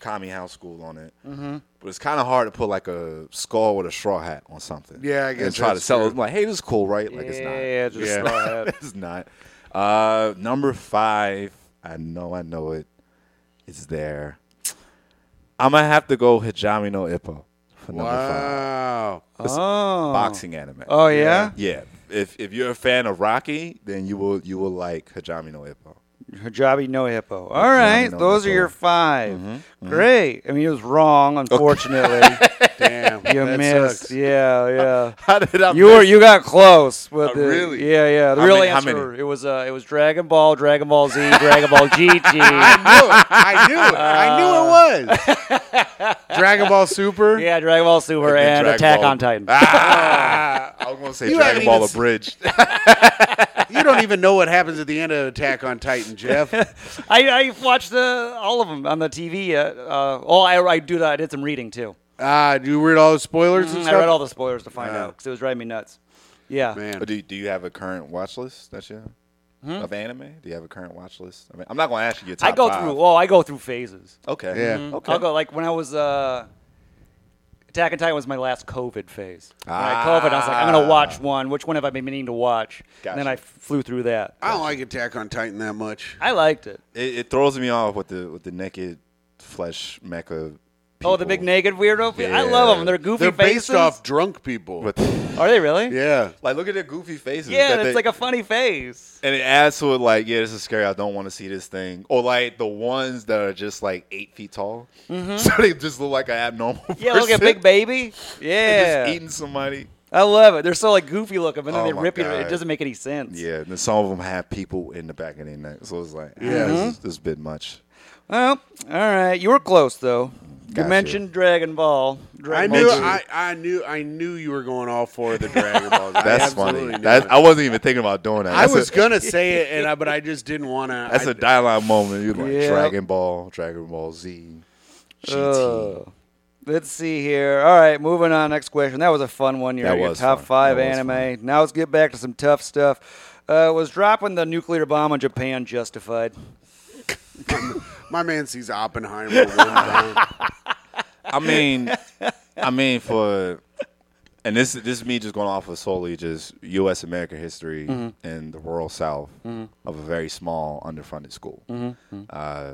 Speaker 3: Kami House School on it. Mm-hmm. But it's kind of hard to put like a skull with a straw hat on something.
Speaker 1: Yeah, I
Speaker 3: And
Speaker 1: guess
Speaker 3: try to
Speaker 1: that's
Speaker 3: sell it.
Speaker 1: true.
Speaker 3: like, hey, this is cool, right? Like it's not.
Speaker 4: Yeah, just
Speaker 1: Yeah.
Speaker 4: go ahead.
Speaker 3: it's not. Uh, number five. I know. I know it. It's there. I'm gonna have to go Hijami no Ippo for number five.
Speaker 1: Wow.
Speaker 4: Oh.
Speaker 3: Boxing anime.
Speaker 4: Oh yeah.
Speaker 3: Yeah. If if you're a fan of Rocky, then you will you will like Hajime no Ippo.
Speaker 2: Hijabi, no hippo. All right,
Speaker 3: no
Speaker 2: those
Speaker 3: hippo.
Speaker 2: are your 5 Great. I mean, it was wrong, unfortunately.
Speaker 1: Damn,
Speaker 2: you
Speaker 1: that
Speaker 2: missed.
Speaker 1: sucks.
Speaker 2: Yeah, yeah.
Speaker 3: How did I
Speaker 2: You were you got close, but
Speaker 1: Oh,
Speaker 2: the-
Speaker 1: really?
Speaker 2: yeah, yeah. The
Speaker 3: How
Speaker 2: real
Speaker 3: many- how
Speaker 2: answer
Speaker 3: many?
Speaker 2: it was uh, it was Dragon Ball, Dragon Ball Z, Dragon Ball GT.
Speaker 1: I knew it. I knew it. I knew it was. Dragon Ball Super.
Speaker 2: Yeah, Dragon Ball Super
Speaker 3: And
Speaker 2: and
Speaker 3: Dragon
Speaker 2: Attack
Speaker 3: Ball.
Speaker 2: on Titan.
Speaker 3: Ah, I was gonna say
Speaker 1: You
Speaker 3: Dragon
Speaker 1: haven't
Speaker 3: Ball
Speaker 1: even s-
Speaker 3: Abridged.
Speaker 1: You don't even know what happens at the end of Attack on Titan, Jeff.
Speaker 2: I, I watched the all of them on the TV. Uh, uh, oh, I, I do that. I did some reading too.
Speaker 1: Ah, do you read all the spoilers and
Speaker 2: Mm, I
Speaker 1: stuff?
Speaker 2: read all the spoilers to find out 'cause out because it was driving me nuts. Yeah.
Speaker 1: Man,
Speaker 3: But do, do you have a current watch list that you have? Of anime, do you have a current watch list? I mean, I'm not going to ask you your top
Speaker 2: Hmm? I go
Speaker 3: five.
Speaker 2: through. Oh, I go through phases.
Speaker 3: Okay.
Speaker 1: Yeah.
Speaker 3: Okay.
Speaker 2: I'll go like when I was uh, Attack on Titan was my last COVID phase. When I
Speaker 3: Ah.
Speaker 2: COVID, I was like, I'm gonna watch one. Which one have I been meaning to watch? And then
Speaker 3: Gotcha.
Speaker 2: I f- flew through that.
Speaker 1: I don't like Attack on Titan that much.
Speaker 2: I liked it.
Speaker 3: It, it throws me off with the with the naked flesh mecha.
Speaker 2: Oh, the big
Speaker 3: people.
Speaker 2: naked weirdo. pe- I love
Speaker 3: Yeah.
Speaker 2: them. They're goofy
Speaker 1: They're
Speaker 2: faces.
Speaker 1: based off drunk people.
Speaker 3: But
Speaker 2: Are they really?
Speaker 1: yeah.
Speaker 3: like, look at their goofy faces.
Speaker 2: Yeah,
Speaker 3: that
Speaker 2: that's
Speaker 3: they-
Speaker 2: like a funny face.
Speaker 3: and it adds to it like, yeah, this is scary. I don't want to see this thing. Or like the ones that are just like eight feet tall, so they just look like an abnormal.
Speaker 2: Mm-hmm. Yeah, look at
Speaker 3: person.
Speaker 2: Big Baby.
Speaker 3: They're
Speaker 2: Yeah.
Speaker 3: just eating somebody.
Speaker 2: I love it. They're so like goofy looking, but then
Speaker 3: Oh
Speaker 2: they
Speaker 3: my
Speaker 2: rip you. It
Speaker 3: God.
Speaker 2: doesn't make any sense.
Speaker 3: Yeah, and then some of them have people in the back of their neck. So it's like, yeah,
Speaker 1: Yeah.
Speaker 3: this, is, this is a bit much.
Speaker 2: Well, all right. You were close though.
Speaker 3: Gotcha.
Speaker 2: You mentioned Dragon Ball.
Speaker 1: I
Speaker 2: Dragon
Speaker 1: knew,
Speaker 2: Ball
Speaker 3: Bungie.
Speaker 1: I, I knew, I knew you were going all for the Dragon Balls. I
Speaker 3: That's
Speaker 1: absolutely
Speaker 3: funny.
Speaker 1: knew it.
Speaker 3: That, I wasn't even thinking about doing that.
Speaker 1: I
Speaker 3: That's a-
Speaker 1: was gonna say it, and I, but I just didn't want to.
Speaker 3: That's
Speaker 1: I
Speaker 3: a dialogue moment. You're like
Speaker 2: Yeah.
Speaker 3: Dragon Ball, Dragon Ball Z, GT.
Speaker 2: Ugh. Let's see here. All right, moving on. Next question. That was a fun one. Your,
Speaker 3: That
Speaker 2: your
Speaker 3: was
Speaker 2: top
Speaker 3: fun.
Speaker 2: five
Speaker 3: That was
Speaker 2: anime. Now let's get back to some tough stuff. Uh, was dropping the nuclear bomb on Japan justified?
Speaker 1: my man sees Oppenheimer. one time.
Speaker 3: I mean, I mean for, and this this is me just going off of solely just U.S. American history and the rural South of a very small underfunded school. Uh,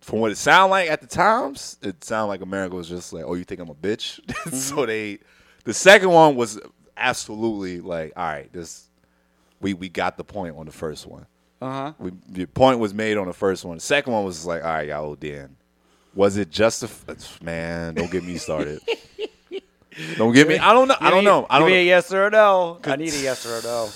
Speaker 3: from what it sounded like at the times, it sounded like America was just like, "Oh, you think I'm a bitch?"
Speaker 2: Mm-hmm.
Speaker 3: so they, the second one was absolutely like, "All right, this we we got the point on the first one."
Speaker 2: Uh-huh.
Speaker 3: Uh huh. The point was made on the first one. The second one was like, "All right, y'all OD in." Was it justified? Man, don't get me started. don't get me. I don't know. I don't know. I
Speaker 2: Give
Speaker 3: don't.
Speaker 2: me a yes or a no. I need a yes or a no.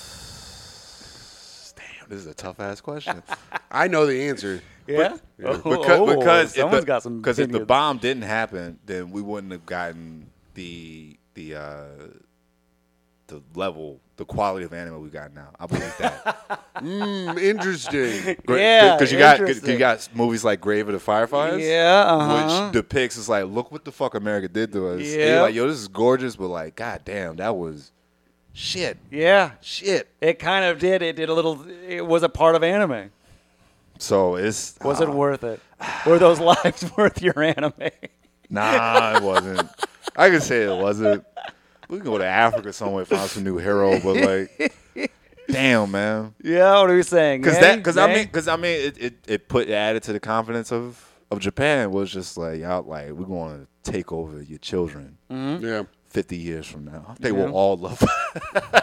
Speaker 3: Damn, this is a tough ass question.
Speaker 1: I know the answer.
Speaker 2: Yeah. Oh,
Speaker 3: because
Speaker 2: oh,
Speaker 3: because if
Speaker 2: someone's
Speaker 3: the,
Speaker 2: got some.
Speaker 3: because if the
Speaker 2: opinions.
Speaker 3: bomb didn't happen, then we wouldn't have gotten the the uh, the level, the quality of anime we got now. I believe that.
Speaker 1: Mm, interesting.
Speaker 2: Yeah,
Speaker 3: because you got 'cause
Speaker 2: interesting.
Speaker 3: you got movies like Grave of the Fireflies.
Speaker 2: Yeah. Uh-huh.
Speaker 3: Which depicts it's like, look what the fuck America did to us. And you're
Speaker 2: Yep.
Speaker 3: like, yo, this is gorgeous, but like, god damn, that was shit,
Speaker 2: yeah.
Speaker 3: shit.
Speaker 2: It kind of did. It did a little. It was a part of anime.
Speaker 3: So it's
Speaker 2: Was
Speaker 3: ah,
Speaker 2: it worth it? Were those lives worth your anime?
Speaker 3: Nah, it wasn't. I can say it wasn't. We can go to Africa somewhere find some new hero, but like, damn, man,
Speaker 2: yeah. What are we saying?
Speaker 3: because
Speaker 2: Nay?
Speaker 3: that because I
Speaker 2: Nay?
Speaker 3: mean because I mean it, it it put it added to the confidence of of Japan was just like y'all like we're going to take over your children
Speaker 2: Mm.
Speaker 1: Yeah.
Speaker 3: fifty years from now. They will all love.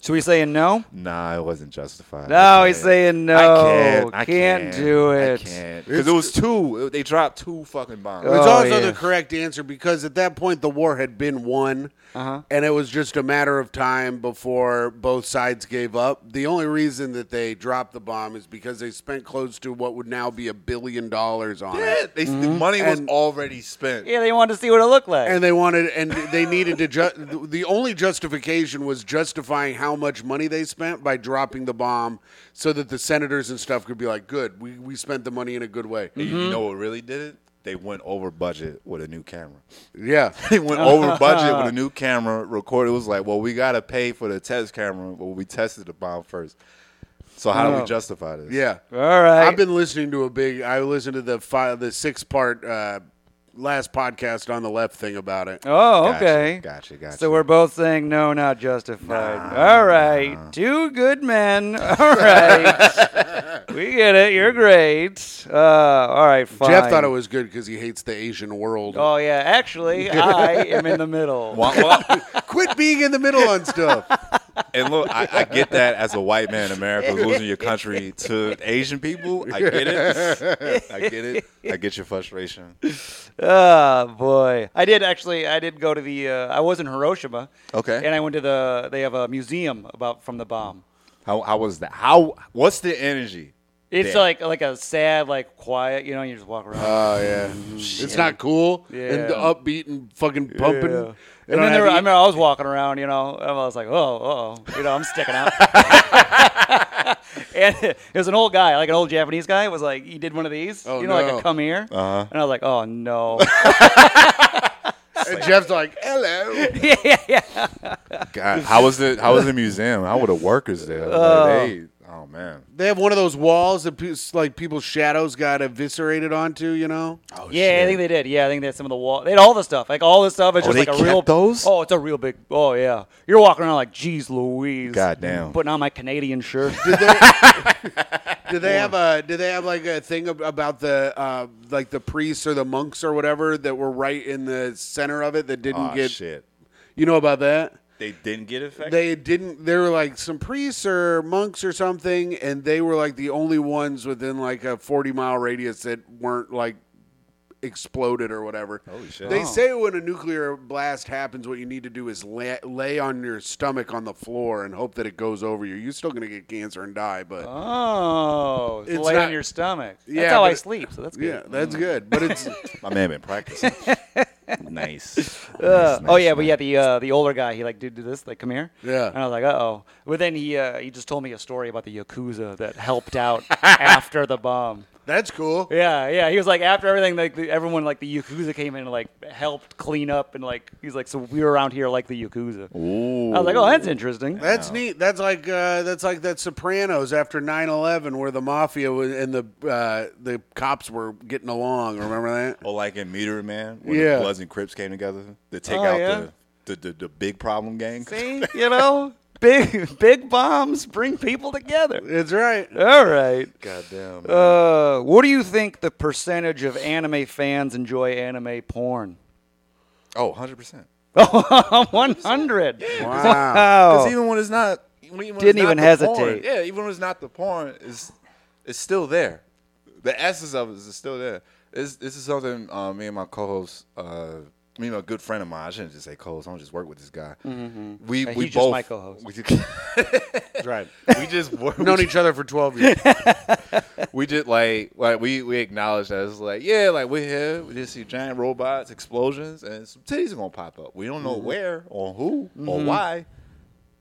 Speaker 2: So we saying no?
Speaker 3: nah, it wasn't justified.
Speaker 2: No,
Speaker 3: I
Speaker 2: he's
Speaker 3: can't.
Speaker 2: saying no.
Speaker 3: I can't. I
Speaker 2: Can't do it.
Speaker 3: I can't because it was two. They dropped two fucking bombs.
Speaker 1: It's
Speaker 2: Oh,
Speaker 1: also
Speaker 2: yeah.
Speaker 1: the correct answer because at that point the war had been won,
Speaker 2: Uh-huh.
Speaker 1: and it was just a matter of time before both sides gave up. The only reason that they dropped the bomb is because they spent close to what would now be a billion dollars on
Speaker 3: Yeah,
Speaker 1: it,
Speaker 3: they, the money was
Speaker 1: And-
Speaker 3: already spent.
Speaker 2: Mm-hmm. Yeah, they wanted to see what it looked like.
Speaker 1: and they wanted and they needed to. Ju- the only justification was justifying how much money they spent by dropping the bomb, so that the senators and stuff could be like, "Good, we we spent the money in a good way."
Speaker 2: Mm.
Speaker 3: And
Speaker 2: Mm-hmm.
Speaker 3: You know what really did it? They went over budget with a new camera.
Speaker 1: Yeah,
Speaker 3: They went over budget with a new camera. Recorded it was like, well, we gotta pay for the test camera, but we tested the bomb first. So how do we justify this?
Speaker 1: yeah.
Speaker 2: All right.
Speaker 1: I've been listening to a big. I listened to the five, the six part uh, last podcast on the left thing about it.
Speaker 2: oh,
Speaker 3: Gotcha,
Speaker 2: okay.
Speaker 3: Gotcha. Gotcha.
Speaker 2: So we're both saying no, not justified. All right. Two good men. All right. we get it. You're great. Uh, all right, fine.
Speaker 1: Jeff thought it was good because he hates the Asian world.
Speaker 2: Oh, yeah. Actually, I am in the middle.
Speaker 3: Wah, wah.
Speaker 1: Quit being in the middle on stuff.
Speaker 3: and look, I, I get that as a white man in America losing your country to Asian people. I get it. I get it. I get your frustration.
Speaker 2: Oh boy, I did actually. I did go to the. Uh, I was in Hiroshima.
Speaker 3: Okay.
Speaker 2: And I went to the. They have a museum about from the bomb.
Speaker 3: How how was that? How what's the energy?
Speaker 2: It's
Speaker 3: there?
Speaker 2: like like a sad, like quiet. You know, you just walk around.
Speaker 1: Oh yeah, it's not cool and
Speaker 2: Yeah.
Speaker 1: upbeat and fucking pumping.
Speaker 2: Yeah.
Speaker 1: They
Speaker 2: And
Speaker 1: don't
Speaker 2: then
Speaker 1: have
Speaker 2: there were, I
Speaker 1: heat.
Speaker 2: remember I was walking around, you know, and I was like, oh, oh, you know, I'm sticking out. and it was an old guy, like an old Japanese guy, was like, he did one of these,
Speaker 1: Oh,
Speaker 2: you know, like
Speaker 1: no.
Speaker 2: a come here, uh-huh. and I was like, oh no,
Speaker 1: and Jeff's like, "Hello."
Speaker 3: God, how was the how was the museum? How were the workers there? Like, they- oh man.
Speaker 1: They have one of those walls that pe- like people's shadows got eviscerated onto. You know,
Speaker 3: Oh,
Speaker 2: yeah, I think they did, yeah, I think they had some of the wall, they had all the stuff, like all the stuff, it's
Speaker 3: Oh,
Speaker 2: just
Speaker 3: they
Speaker 2: like a real,
Speaker 3: kept those?
Speaker 2: oh, it's a real big, oh yeah, you're walking around like, geez, Louise,
Speaker 3: Goddamn.
Speaker 2: putting on my Canadian shirt,
Speaker 1: did they have a? Did they have like a thing ab- about the uh, like the priests or the monks or whatever that were right in the center of it that didn't
Speaker 3: Oh,
Speaker 1: get?
Speaker 3: shit.
Speaker 1: You know about that?
Speaker 3: They didn't get affected.
Speaker 1: They didn't. They were like some priests or monks or something, and they were like the only ones within like a forty mile radius that weren't like exploded or whatever. Holy
Speaker 3: shit.
Speaker 1: They say when a nuclear blast happens, what you need to do is lay, lay on your stomach on the floor and hope that it goes over you. You're still gonna get cancer and die, but
Speaker 2: oh,
Speaker 1: It's
Speaker 2: it's lay
Speaker 1: not-
Speaker 2: on your stomach,
Speaker 1: Yeah,
Speaker 2: that's how
Speaker 1: but
Speaker 2: I
Speaker 1: it-
Speaker 2: sleep, so that's good.
Speaker 1: yeah, that's good. But it's
Speaker 3: My man been practicing. nice.
Speaker 2: Uh,
Speaker 3: Nice,
Speaker 2: oh
Speaker 3: nice,
Speaker 2: yeah, but
Speaker 3: nice.
Speaker 2: yeah, the uh, the older guy, he like did do this, like come here.
Speaker 1: Yeah.
Speaker 2: And I was like, uh oh. But then he uh, he just told me a story about the yakuza that helped out after the bomb.
Speaker 1: that's cool.
Speaker 2: Yeah, yeah. He was like after everything, like the, everyone like the yakuza came in and like helped clean up and like he's like so we were around here like the yakuza. I was like, oh, that's interesting.
Speaker 1: That's neat. That's like uh, that's like that Sopranos after 9-11 where the mafia wa- and the uh, the cops were getting along. Remember that?
Speaker 3: Or Oh, like in Meteor Man, when
Speaker 1: Yeah.
Speaker 3: the Bloods and Crips came together to take
Speaker 2: Oh,
Speaker 3: out
Speaker 2: yeah.
Speaker 3: the, the, the the big problem gang.
Speaker 2: See, you know, big big bombs bring people together.
Speaker 1: It's right.
Speaker 2: All right.
Speaker 3: Goddamn.
Speaker 2: Uh, what do you think the percentage of anime fans enjoy anime porn?
Speaker 3: oh, 100 percent.
Speaker 2: Oh, 100.
Speaker 1: Wow.
Speaker 2: Wow.
Speaker 3: Because even when it's not, even when it's
Speaker 2: Oh. Didn't
Speaker 3: not
Speaker 2: even
Speaker 3: the
Speaker 2: hesitate.
Speaker 3: porn- yeah, even when it's not the porn, it's it's still there. The essence of it is still there. This this is something uh, me and my co-host, uh, me and my good friend of mine. I shouldn't just say co-host. I don't just work with this guy. We
Speaker 2: Yeah,
Speaker 3: we
Speaker 2: Mm-hmm. he's just
Speaker 3: both
Speaker 2: my co-host.
Speaker 3: We,
Speaker 1: That's right.
Speaker 3: we just work.
Speaker 1: Known each other for 12 years.
Speaker 3: we just like like we we acknowledge that it's like yeah like we're here we just see giant robots explosions and some titties are gonna pop up we don't know
Speaker 1: Mm-hmm.
Speaker 3: where or who or why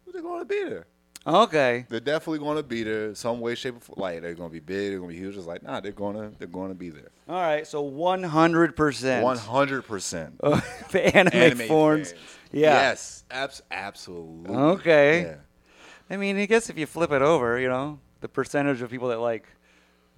Speaker 3: but they're gonna be there
Speaker 2: Okay.
Speaker 3: they're definitely gonna be there some way shape or form like they're gonna be big they're gonna be huge it's like nah they're gonna they're gonna be there
Speaker 2: All right. So 100%.
Speaker 3: one hundred percent
Speaker 2: of anime, forms. Yeah.
Speaker 3: yes abs- absolutely
Speaker 2: Okay.
Speaker 3: yeah.
Speaker 2: I mean, I guess if you flip it over, you know, the percentage of people that like,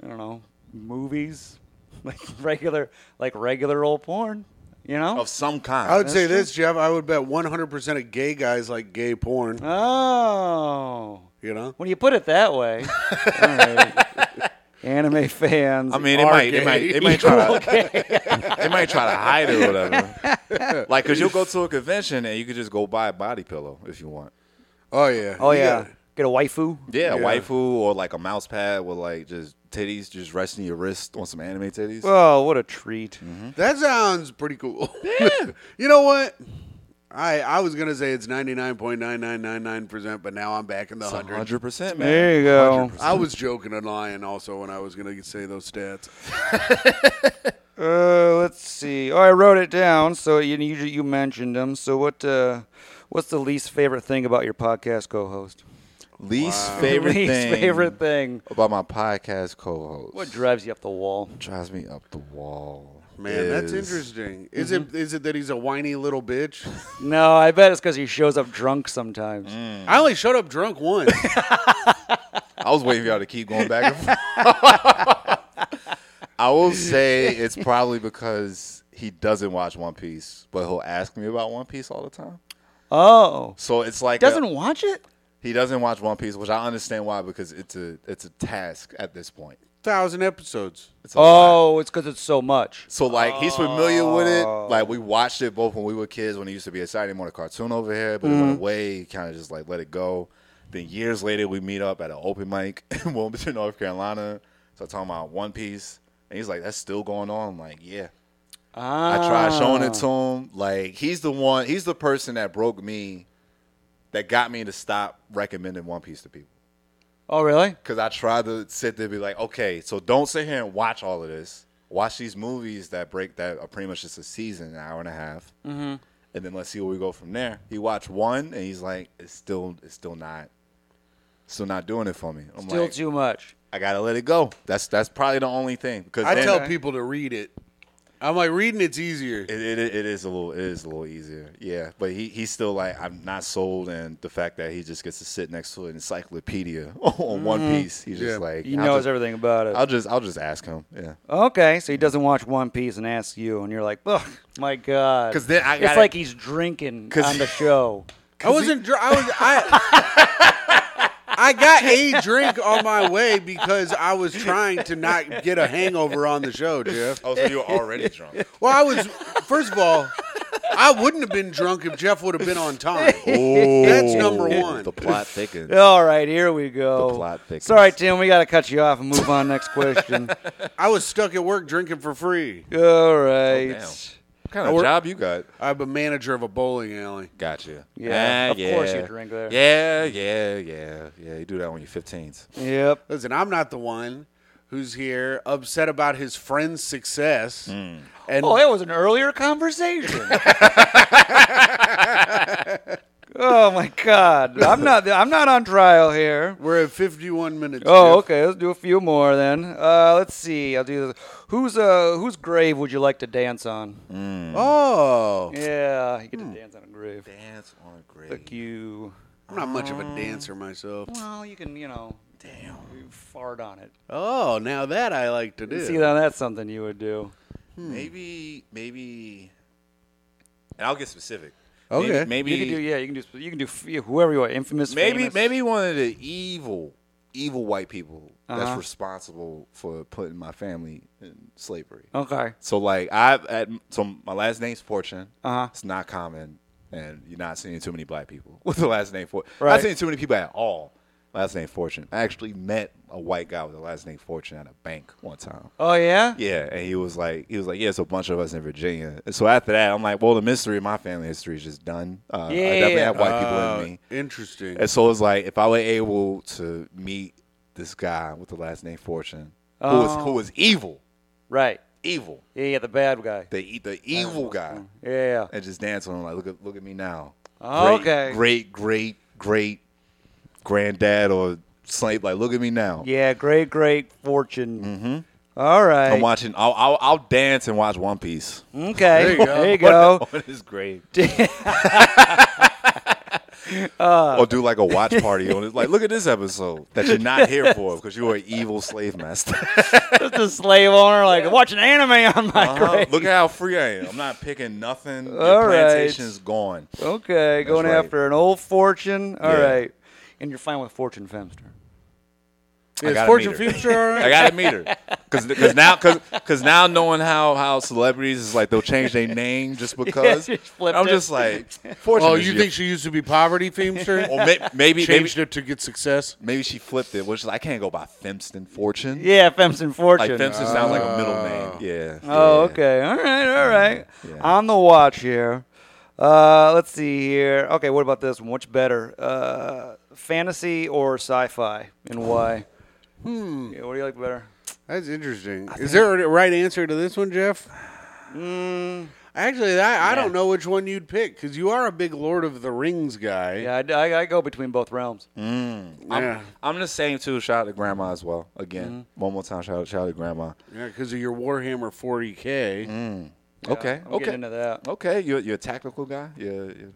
Speaker 2: I don't know, movies, like regular, like regular old porn, you know?
Speaker 3: of some kind
Speaker 1: I would say this, Jeff. I would bet 100% of gay guys like gay porn.
Speaker 2: oh.
Speaker 1: You know?
Speaker 2: When you put it that way. All right. Anime fans.
Speaker 3: I mean, they
Speaker 1: are
Speaker 3: might,
Speaker 1: gay.
Speaker 3: they might, they might try to, they might try to hide it or whatever. Like, cause you'll go to a convention and you could just go buy a body pillow if you want.
Speaker 1: Oh, yeah.
Speaker 2: oh,
Speaker 1: You
Speaker 2: yeah.
Speaker 1: got-
Speaker 2: Get a waifu.
Speaker 3: Yeah, a
Speaker 1: Yeah.
Speaker 3: waifu or like a mouse pad with like just titties just resting your wrist on some anime titties.
Speaker 2: Oh, what a treat.
Speaker 1: That sounds pretty cool. you know what? I I was going to say it's 99.9999%, but now I'm back in the hundred.
Speaker 3: hundred percent, man.
Speaker 2: There you go.
Speaker 3: 100%.
Speaker 1: I was joking and lying also when I was going to say those stats.
Speaker 2: Uh, let's see. Oh, I wrote it down. So you you, you mentioned them. So what? Uh, what's the least favorite thing about your podcast co-host?
Speaker 3: Least favorite
Speaker 2: least
Speaker 3: thing.
Speaker 2: favorite thing.
Speaker 3: about my podcast co-host.
Speaker 2: What drives you up the wall?
Speaker 3: drives me up the wall?
Speaker 1: Man, that's
Speaker 3: is- Mm-hmm.
Speaker 1: interesting. Is it is it that he's a whiny little bitch?
Speaker 2: No, I bet it's because he shows up drunk sometimes.
Speaker 3: Mm.
Speaker 1: I only showed up drunk once.
Speaker 3: I was waiting for y'all to keep going back and forth. I will say it's probably because he doesn't watch One Piece, but he'll ask me about One Piece all the time.
Speaker 2: Oh,
Speaker 3: So it's like a-
Speaker 2: doesn't watch it.
Speaker 3: he doesn't watch One Piece, which I understand why because it's a it's a task at this point.
Speaker 1: thousand episodes.
Speaker 3: It's a lot.
Speaker 2: Oh, it's because it's so much.
Speaker 3: So like he's familiar with it. Like we watched it both when we were kids when it used to be a Saturday morning cartoon over here, but it went away. He kind of just like let it go. Then years later, we meet up at an open mic in Wilmington, North Carolina. So talking about One Piece, and he's like, "That's still going on." I'm like, yeah. I tried showing it to him. Like he's the one. He's the person that broke me, that got me to stop recommending One Piece to people.
Speaker 2: Oh, really?
Speaker 3: Because I tried to sit there and be like, okay, so don't sit here and watch all of this. Watch these movies that break that are pretty much just a season, an hour and a half, mm-hmm. and then let's see where we go from there. He watched one and he's like, it's still, it's still not, still not doing it for me. I'm
Speaker 2: Still
Speaker 3: like,
Speaker 2: too much.
Speaker 3: I gotta let it go. That's that's probably the only thing. Because
Speaker 1: I
Speaker 3: then-
Speaker 1: tell people to read it. I'm like reading it's easier.
Speaker 3: It, it, it is a little it is a little easier, yeah. But he, he's still like I'm not sold, and the fact that he just gets to sit next to an encyclopedia on One Piece, he's
Speaker 1: Yeah.
Speaker 3: just like
Speaker 2: He
Speaker 3: I'll
Speaker 2: knows
Speaker 3: just-
Speaker 2: everything about it.
Speaker 3: I'll just I'll just ask him, yeah.
Speaker 2: okay, so he doesn't watch One Piece and asks you, and you're like, "Ugh, my god."
Speaker 3: 'Cause then I
Speaker 2: it's
Speaker 3: gotta-
Speaker 2: like he's drinking
Speaker 3: 'Cause-
Speaker 2: on the show.
Speaker 1: I wasn't. Dr- I was. I. I got a drink on my way because I was trying to not get a hangover on the show, Jeff.
Speaker 3: Oh, so you're already drunk.
Speaker 1: Well, I was. First of all, I wouldn't have been drunk if Jeff would have been on time.
Speaker 3: Oh,
Speaker 1: That's number one.
Speaker 3: The plot thickens.
Speaker 2: All right, here we go.
Speaker 3: The plot thickens.
Speaker 2: Sorry, Tim, we got to cut you off and move on. Next question.
Speaker 1: I was stuck at work drinking for free.
Speaker 2: All right.
Speaker 3: damn. What kind of
Speaker 1: we're-
Speaker 3: job you got?
Speaker 1: I'm a manager of a bowling alley.
Speaker 3: Gotcha.
Speaker 2: Yeah,
Speaker 3: Ah,
Speaker 2: of course you drink there.
Speaker 3: Yeah, yeah, yeah, yeah. You do that when you're 15s.
Speaker 2: Yep.
Speaker 1: Listen, I'm not the one who's here upset about his friend's success.
Speaker 3: Hmm.
Speaker 1: And
Speaker 2: Oh, that was an earlier conversation. oh my God, I'm not. I'm not on trial here.
Speaker 1: we're at 51 minutes.
Speaker 2: Oh,
Speaker 1: Jeff.
Speaker 2: okay. Let's do a few more then. Uh, let's see. I'll do this. Whose uh, whose grave would you like to dance on?
Speaker 3: Mm.
Speaker 1: Oh,
Speaker 2: Yeah, you get
Speaker 3: Hmm.
Speaker 2: to dance on a grave.
Speaker 3: Dance on a grave.
Speaker 2: Fuck you.
Speaker 1: I'm not much of
Speaker 3: Oh.
Speaker 1: a dancer myself.
Speaker 2: Well, you can, you know. Damn. Fart on it.
Speaker 1: Oh, now that I like to do.
Speaker 2: See, now that's something you would do. hmm.
Speaker 3: Maybe, maybe, and I'll get specific.
Speaker 1: Okay.
Speaker 3: Maybe,
Speaker 2: You can do,
Speaker 3: maybe,
Speaker 2: yeah. You can do, you can do f- whoever you want. Infamous.
Speaker 3: maybe,
Speaker 2: famous.
Speaker 3: maybe one of the evil, evil white people
Speaker 2: Uh-huh.
Speaker 3: that's responsible for putting my family in slavery.
Speaker 2: Okay.
Speaker 3: So like I've at so my last name's Fortune.
Speaker 2: Uh-huh.
Speaker 3: It's not common, and you're not seeing too many black people with the last name Fortune.
Speaker 2: Right.
Speaker 3: Not seeing too many people at all. Last name Fortune. I actually met a white guy with the last name Fortune at a bank one time.
Speaker 2: Oh yeah.
Speaker 3: Yeah, and he was like, he was like, yeah, it's a bunch of us in Virginia. And so after that, I'm like, well, the mystery of my family history is just done. Uh, I definitely
Speaker 2: Yeah.
Speaker 3: have white people
Speaker 1: Uh,
Speaker 3: in me.
Speaker 1: interesting.
Speaker 3: And so it's like, if I were able to meet this guy with the last name Fortune, who was
Speaker 2: Oh.
Speaker 3: who was evil,
Speaker 2: Right.
Speaker 3: evil,
Speaker 2: Yeah, yeah. The bad guy.
Speaker 3: the e- the evil guy,
Speaker 2: Yeah.
Speaker 3: and just dance on him like, look at look at me now.
Speaker 2: Oh,
Speaker 3: Great-
Speaker 2: okay.
Speaker 3: great, great, great granddad or slave. Like, look at me now.
Speaker 2: Yeah. Great. Great fortune. Mm-hmm. All right.
Speaker 3: I'm watching. I'll, I'll I'll dance and watch One Piece.
Speaker 2: okay.
Speaker 1: There you go.
Speaker 2: There you go.
Speaker 3: What is great. or do like a watch party on it. Like, look at this episode that you're not here for because you were an evil slave master.
Speaker 2: Just a slave owner like watching anime on
Speaker 3: Uh-huh.
Speaker 2: my grave.
Speaker 3: Look at how free I am. I'm not picking nothing.
Speaker 2: All
Speaker 3: Your
Speaker 2: right.
Speaker 3: plantation's gone.
Speaker 2: Okay, going
Speaker 3: right.
Speaker 2: after an old fortune. All right,
Speaker 3: Yeah.
Speaker 2: and you're fine with fortune femster.
Speaker 3: I
Speaker 1: Is
Speaker 3: gotta
Speaker 1: Fortune
Speaker 3: meet her.
Speaker 1: Future all
Speaker 3: I
Speaker 1: right?
Speaker 3: gotta meet her because now because now knowing how how celebrities is like they'll change their name just because.
Speaker 2: just flipped
Speaker 3: I'm
Speaker 2: it.
Speaker 3: just like, fortunate.
Speaker 1: Oh, you think she used to be poverty
Speaker 3: Or
Speaker 1: themester?
Speaker 3: may, maybe maybe
Speaker 1: Changed it to get success?
Speaker 3: maybe she flipped it, which is like, I can't go by Femston Fortune.
Speaker 2: Yeah, Femson
Speaker 3: Like
Speaker 2: fortune.
Speaker 3: Femston sounds like a middle name. Yeah.
Speaker 2: oh,
Speaker 3: yeah.
Speaker 2: okay. All right, all right.
Speaker 3: Yeah.
Speaker 2: On the watch here. Uh, let's see here. Okay, what about this one? What's better, uh, fantasy or sci-fi, and why? Hmm. Yeah, what do you like better?
Speaker 1: That's interesting. Is there a right answer to this one, Jeff? Hmm. Actually, I, I don't know which one you'd pick because you are a big Lord of the Rings guy.
Speaker 2: Yeah, I, I, I go between both realms.
Speaker 3: Mm.
Speaker 1: Yeah,
Speaker 3: I'm the same too. Shout out to grandma as well. Again,
Speaker 2: Mm-hmm.
Speaker 3: one more time. Shout out, shout out to grandma.
Speaker 1: because of your Warhammer 40K.
Speaker 3: Mm-hmm. okay,
Speaker 2: I'm
Speaker 3: okay,
Speaker 2: getting into that.
Speaker 3: okay. You're you're a tactical guy. You're, you're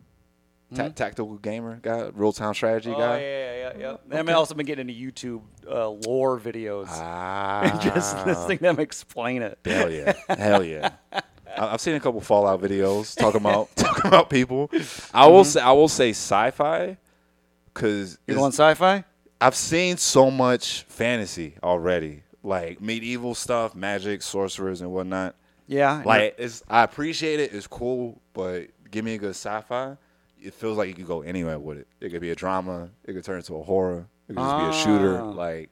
Speaker 3: ta- tactical gamer guy. Real time strategy
Speaker 2: Hmm? Oh yeah,
Speaker 3: guy.
Speaker 2: yeah, yeah. yeah. And I've also been getting into YouTube uh, lore videos.
Speaker 3: Ah,
Speaker 2: Just listening to them explain it.
Speaker 3: hell yeah, hell yeah. I- I've seen a couple Fallout videos talking about talking about people. I will say I will say sci-fi because
Speaker 2: You going sci-fi?
Speaker 3: I've seen so much fantasy already. like medieval stuff, magic, sorcerers, and whatnot.
Speaker 2: Yeah.
Speaker 3: Like it's, I appreciate it. It's cool, but give me a good sci-fi. It feels like you could go anywhere with it. It could be a drama. It could turn into a horror. It could just be a
Speaker 2: Ah.
Speaker 3: shooter. Like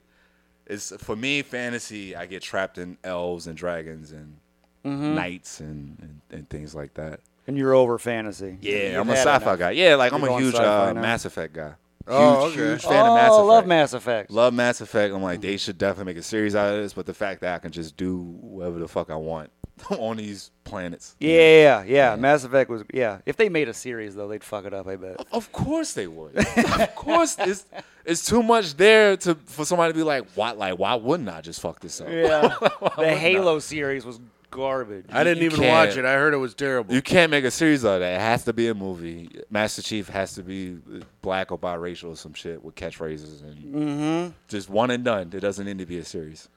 Speaker 3: it's for me, fantasy. I get trapped in elves and dragons and
Speaker 2: Mm-hmm.
Speaker 3: knights and, and and things like that.
Speaker 2: and you're over fantasy.
Speaker 3: Yeah,
Speaker 2: You've
Speaker 3: I'm a
Speaker 2: had
Speaker 3: sci-fi
Speaker 2: enough.
Speaker 3: guy. Yeah, like I'm
Speaker 2: You're
Speaker 3: a
Speaker 2: going
Speaker 3: huge
Speaker 2: sci-fi
Speaker 3: uh,
Speaker 2: now.
Speaker 3: Mass Effect guy. Huge,
Speaker 1: Oh, okay.
Speaker 3: huge fan of Mass
Speaker 2: oh,
Speaker 3: Effect.
Speaker 2: love Mass Effect.
Speaker 3: Love Mass Effect. I'm like, they should definitely make a series out of this. But the fact that I can just do whatever the fuck I want on these planets.
Speaker 2: yeah, yeah, yeah. Mass Effect was yeah. If they made a series though, they'd fuck it up. I bet.
Speaker 3: Of course they would. of course, it's it's too much there to for somebody to be like, why? Like, why wouldn't I just fuck this up?
Speaker 2: Yeah. the Halo series was garbage.
Speaker 1: I didn't
Speaker 3: you
Speaker 1: even
Speaker 3: can't.
Speaker 1: watch it. I heard it was terrible.
Speaker 3: You can't make a series out of that. It has to be a movie. Master Chief has to be black or biracial or some shit with catchphrases and just one and done. It doesn't need to be a series.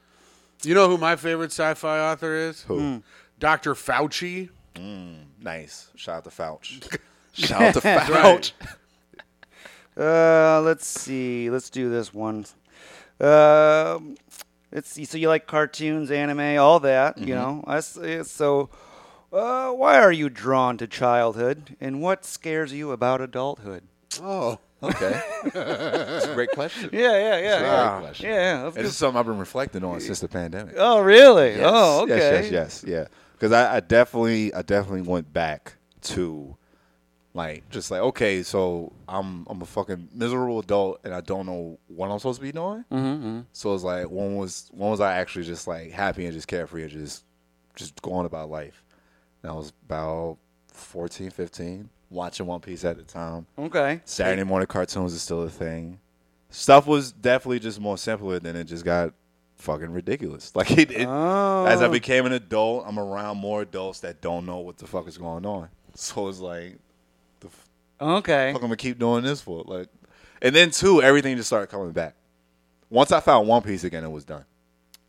Speaker 1: You know who my favorite sci-fi author is? Who? Dr. Fauci.
Speaker 3: Nice. Shout out to Fouch. Shout out to Fouch.
Speaker 1: Right.
Speaker 2: Uh, let's see. Let's do this one. Um, let's see. So you like cartoons, anime, all that,
Speaker 3: Mm-hmm.
Speaker 2: you know? I s- uh, so, uh, why are you drawn to childhood, and what scares you about adulthood?
Speaker 1: Oh.
Speaker 3: Okay. That's a great question.
Speaker 2: Yeah, yeah, yeah, yeah.
Speaker 3: Great question.
Speaker 2: Yeah, that's
Speaker 3: This Ah. is something I've been reflecting on since the pandemic.
Speaker 2: Oh, really? Oh, okay.
Speaker 3: Yes, yes, yes, yeah. Because I, I definitely, I definitely went back to, like, just like, okay, so I'm, I'm a fucking miserable adult, and I don't know what I'm supposed to be doing. Mm-hmm. So it's like, when was, when was I actually just like happy and just carefree and just, just going about life? And I was about 14, 15, watching One Piece at the time.
Speaker 2: Okay.
Speaker 3: Saturday morning cartoons is still a thing. Stuff was definitely just more simpler than it just got fucking ridiculous. Like it, it as I became an adult, I'm around more adults that don't know what the fuck is going on. So it's like, the f-
Speaker 2: Okay.
Speaker 3: fuck, I'm gonna keep doing this for like, and then two, everything just started coming back. Once I found One Piece again, it was done.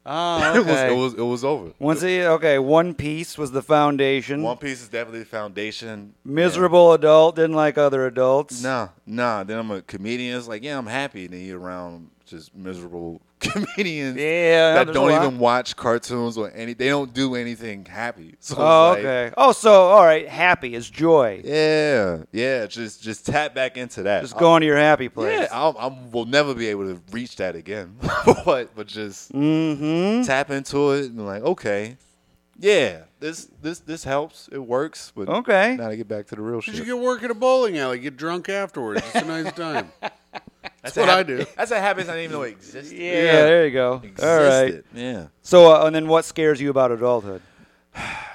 Speaker 2: Oh,
Speaker 3: It was,
Speaker 2: okay.
Speaker 3: it was, it was over.
Speaker 2: Once it, okay, One Piece was the foundation.
Speaker 3: One Piece is definitely the foundation.
Speaker 2: Miserable adult, didn't like other adults.
Speaker 3: Nah, nah. Then I'm a comedian. It's like, yeah, I'm happy. And then you're around just miserable comedians.
Speaker 2: Yeah,
Speaker 3: that
Speaker 2: there's a
Speaker 3: don't
Speaker 2: lot.
Speaker 3: even watch cartoons or any. They don't do anything happy. So it's
Speaker 2: Oh,
Speaker 3: like,
Speaker 2: okay. Oh, so all right, happy is joy.
Speaker 3: Yeah, yeah. Just just tap back into that.
Speaker 2: Just going to your happy place.
Speaker 3: Yeah, I'll, I will never be able to reach that again. but but just
Speaker 2: Mm-hmm.
Speaker 3: tap into it and like, okay, yeah, this this this helps. It works. But
Speaker 2: Okay.
Speaker 3: now to get back to the real
Speaker 1: Did
Speaker 3: shit.
Speaker 1: you get work at a bowling alley? Get drunk afterwards. It's a nice time.
Speaker 3: that's
Speaker 1: what
Speaker 3: a
Speaker 1: I
Speaker 3: hab-
Speaker 1: do.
Speaker 3: That's a habit I didn't even know existed.
Speaker 2: Yeah, there you go. All right.
Speaker 3: Existed. Yeah.
Speaker 2: So, uh, and then what scares you about adulthood?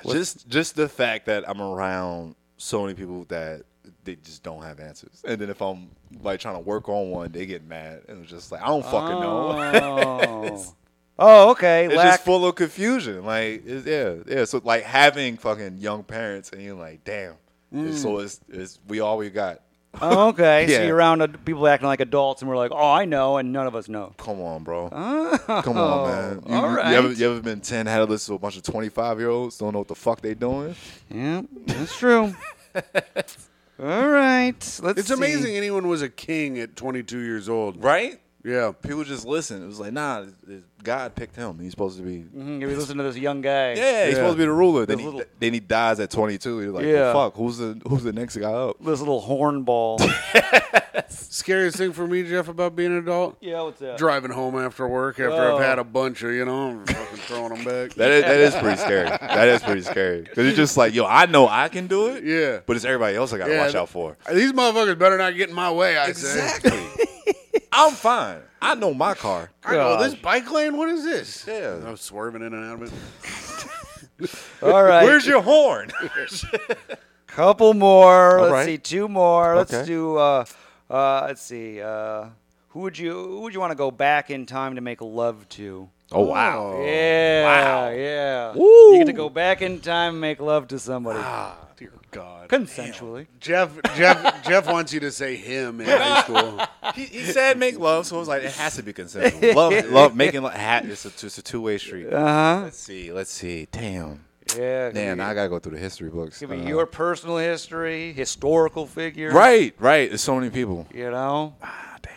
Speaker 3: just just the fact that I'm around so many people that they just don't have answers, and then if I'm like trying to work on one, they get mad and it's just like I don't fucking know.
Speaker 2: Oh, oh okay.
Speaker 3: it's
Speaker 2: Lack.
Speaker 3: just full of confusion. Like it's, yeah, yeah. So like having fucking young parents, and you're like, damn. And So it's it's we all we got.
Speaker 2: oh, okay. So
Speaker 3: Yeah.
Speaker 2: you're around ad- people acting like adults, and we're like, oh, I know, and none of us know.
Speaker 3: Come on, bro. Come on, man. You,
Speaker 2: all
Speaker 3: you-
Speaker 2: right.
Speaker 3: you, ever, you ever been ten had to listen to a bunch of twenty five year olds don't know what the fuck they doing?
Speaker 2: Yeah, that's true. all right. Let's.
Speaker 1: It's
Speaker 2: see.
Speaker 1: amazing anyone was a king at 22 years old.
Speaker 3: Right?
Speaker 1: Yeah.
Speaker 3: People just listen. It was like, nah, it- it- God picked him. He's supposed to be
Speaker 2: Mhm, if you listen to this young guy.
Speaker 3: Yeah, he's supposed to be the ruler. Then, he,
Speaker 2: little-
Speaker 3: then he dies at 22. He's like,
Speaker 2: Yeah.
Speaker 3: well, fuck, who's the who's the next guy up?
Speaker 2: This little hornball.
Speaker 1: Scariest thing for me, Jeff, about being an adult?
Speaker 2: yeah, what's that?
Speaker 1: Driving home after work after
Speaker 2: Oh.
Speaker 1: I've had a bunch of, you know, I'm fucking throwing them back.
Speaker 3: That is, that is pretty scary. That is pretty scary. Because it's just like, yo, I know I can do it.
Speaker 1: Yeah.
Speaker 3: But it's everybody else I got to
Speaker 1: Yeah,
Speaker 3: watch
Speaker 1: th-
Speaker 3: out for.
Speaker 1: These motherfuckers better not get in my way, I say.
Speaker 3: Exactly. I'm fine. I know my car.
Speaker 1: I know this bike lane. What is this?
Speaker 3: Yeah.
Speaker 1: I'm swerving in and out of it.
Speaker 2: All right.
Speaker 3: Where's your horn?
Speaker 2: Couple more. Let's
Speaker 3: right.
Speaker 2: see, two more. Let's
Speaker 3: Okay.
Speaker 2: do. Uh, uh, let's see. Uh, who would you Who would you want to go back in time to make love to?
Speaker 3: oh, wow.
Speaker 2: Yeah.
Speaker 3: Wow.
Speaker 2: Yeah.
Speaker 3: Woo.
Speaker 2: You get to go back in time and make love to somebody
Speaker 1: Ah, dear God.
Speaker 2: consensually.
Speaker 1: Jeff, Jeff, Jeff wants you to say him in high school.
Speaker 3: He, he said make love, so I was like, it has to be consensual. Love, love, making love. ha- It's a, it's a two way street. Uh-huh. Let's see. Let's see. Damn.
Speaker 2: Yeah. it could
Speaker 3: Man,
Speaker 2: be-
Speaker 3: I got to go through the history books.
Speaker 2: could be
Speaker 3: Uh,
Speaker 2: your personal history, historical figure.
Speaker 3: Right, right. There's so many people.
Speaker 2: You know.
Speaker 3: Ah, damn.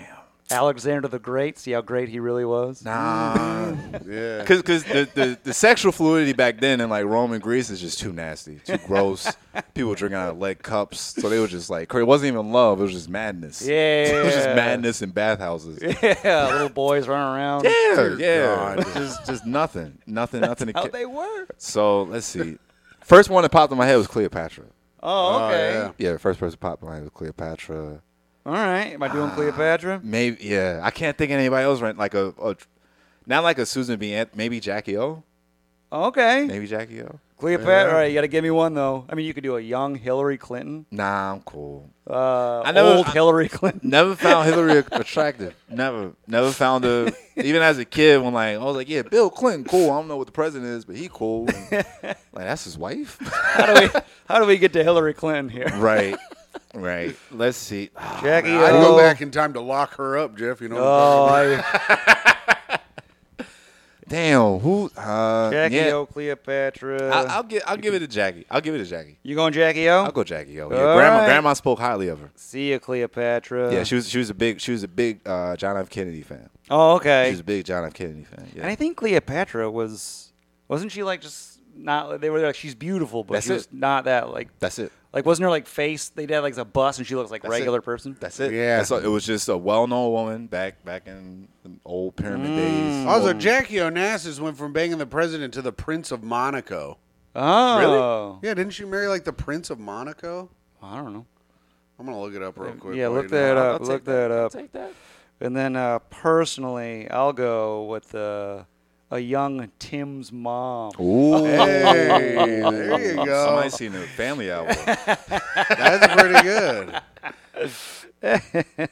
Speaker 2: Alexander the Great. See how great he really was.
Speaker 3: Nah,
Speaker 1: Yeah.
Speaker 3: because the, the the sexual fluidity back then in like Rome and Greece is just too nasty, too gross. People drinking out of lead cups, so they were just like, it wasn't even love; it was just madness. it was just
Speaker 2: Yeah.
Speaker 3: madness in bathhouses. Yeah,
Speaker 2: Yeah, little boys running around.
Speaker 1: Dear
Speaker 3: yeah,
Speaker 1: God.
Speaker 3: just just nothing, nothing, nothing. To
Speaker 2: How
Speaker 3: ca-
Speaker 2: they were.
Speaker 3: so let's see. First one that popped in my head was Cleopatra.
Speaker 2: Oh,
Speaker 1: Oh,
Speaker 2: okay.
Speaker 1: yeah.
Speaker 3: Yeah, the first person popped in my head was Cleopatra.
Speaker 2: All right. Am I
Speaker 3: Ah.
Speaker 2: doing Cleopatra?
Speaker 3: Maybe yeah, I can't think of anybody else right like a, a not like a Susan B. Anth- maybe Jackie O.
Speaker 2: Okay.
Speaker 3: Maybe Jackie O.
Speaker 2: Cleopatra. All right, you got to give me one though. I mean, you could do a young Hillary Clinton,
Speaker 3: Nah, I'm cool.
Speaker 2: uh,
Speaker 3: I never-
Speaker 2: old
Speaker 3: I-
Speaker 2: Hillary Clinton.
Speaker 3: Never found Hillary attractive. Never, never found her. Even as a kid, when like I was like, yeah, Bill Clinton, cool. I don't know what the president is, but he cool. And, like that's his wife,
Speaker 2: How do we how do we get to Hillary Clinton here?
Speaker 3: right? Right. Let's see.
Speaker 2: Jackie
Speaker 1: I'd
Speaker 2: O.
Speaker 1: go back in time to lock her up, Jeff. You know.
Speaker 2: Oh, I,
Speaker 3: Damn. Who? Uh,
Speaker 2: Jackie
Speaker 3: yeah.
Speaker 2: O. uh, Cleopatra.
Speaker 3: I, I'll give. I'll give it to Jackie. I'll give it to Jackie.
Speaker 2: you going Jackie O?
Speaker 3: I'll go Jackie O. Yeah,
Speaker 2: All
Speaker 3: grandma.
Speaker 2: right.
Speaker 3: Grandma spoke highly of her.
Speaker 2: See you, Cleopatra.
Speaker 1: Uh.
Speaker 3: Yeah, she was. She was a big. She was a big uh, John F. Kennedy fan.
Speaker 2: oh,
Speaker 3: She
Speaker 2: okay.
Speaker 3: was a big John F. Kennedy fan. Yeah.
Speaker 2: And I think Cleopatra was wasn't she like just not? They were like she's beautiful, but
Speaker 3: That's
Speaker 2: she was
Speaker 3: it.
Speaker 2: not that like
Speaker 3: That's it.
Speaker 2: like wasn't her like face? They did like a bus, and she looks like
Speaker 3: That's it.
Speaker 2: regular person.
Speaker 3: That's it.
Speaker 1: Yeah.
Speaker 3: That's all- it was just a well-known woman back back in the old
Speaker 1: Mm.
Speaker 3: pyramid days.
Speaker 1: Also, Jackie Onassis went from banging the president to the Prince of Monaco.
Speaker 2: Oh,
Speaker 1: Yeah, didn't she marry like the Prince of Monaco?
Speaker 2: I don't know.
Speaker 1: I'm gonna look it up real quick.
Speaker 2: Yeah,
Speaker 1: while
Speaker 2: look
Speaker 1: you know.
Speaker 2: that up. Look that, up. Take that. And then uh, personally, I'll go with uh, a young Tim's mom.
Speaker 3: Ooh.
Speaker 1: Hey, Oh, there you go.
Speaker 3: Somebody seen the family album.
Speaker 1: That's pretty good.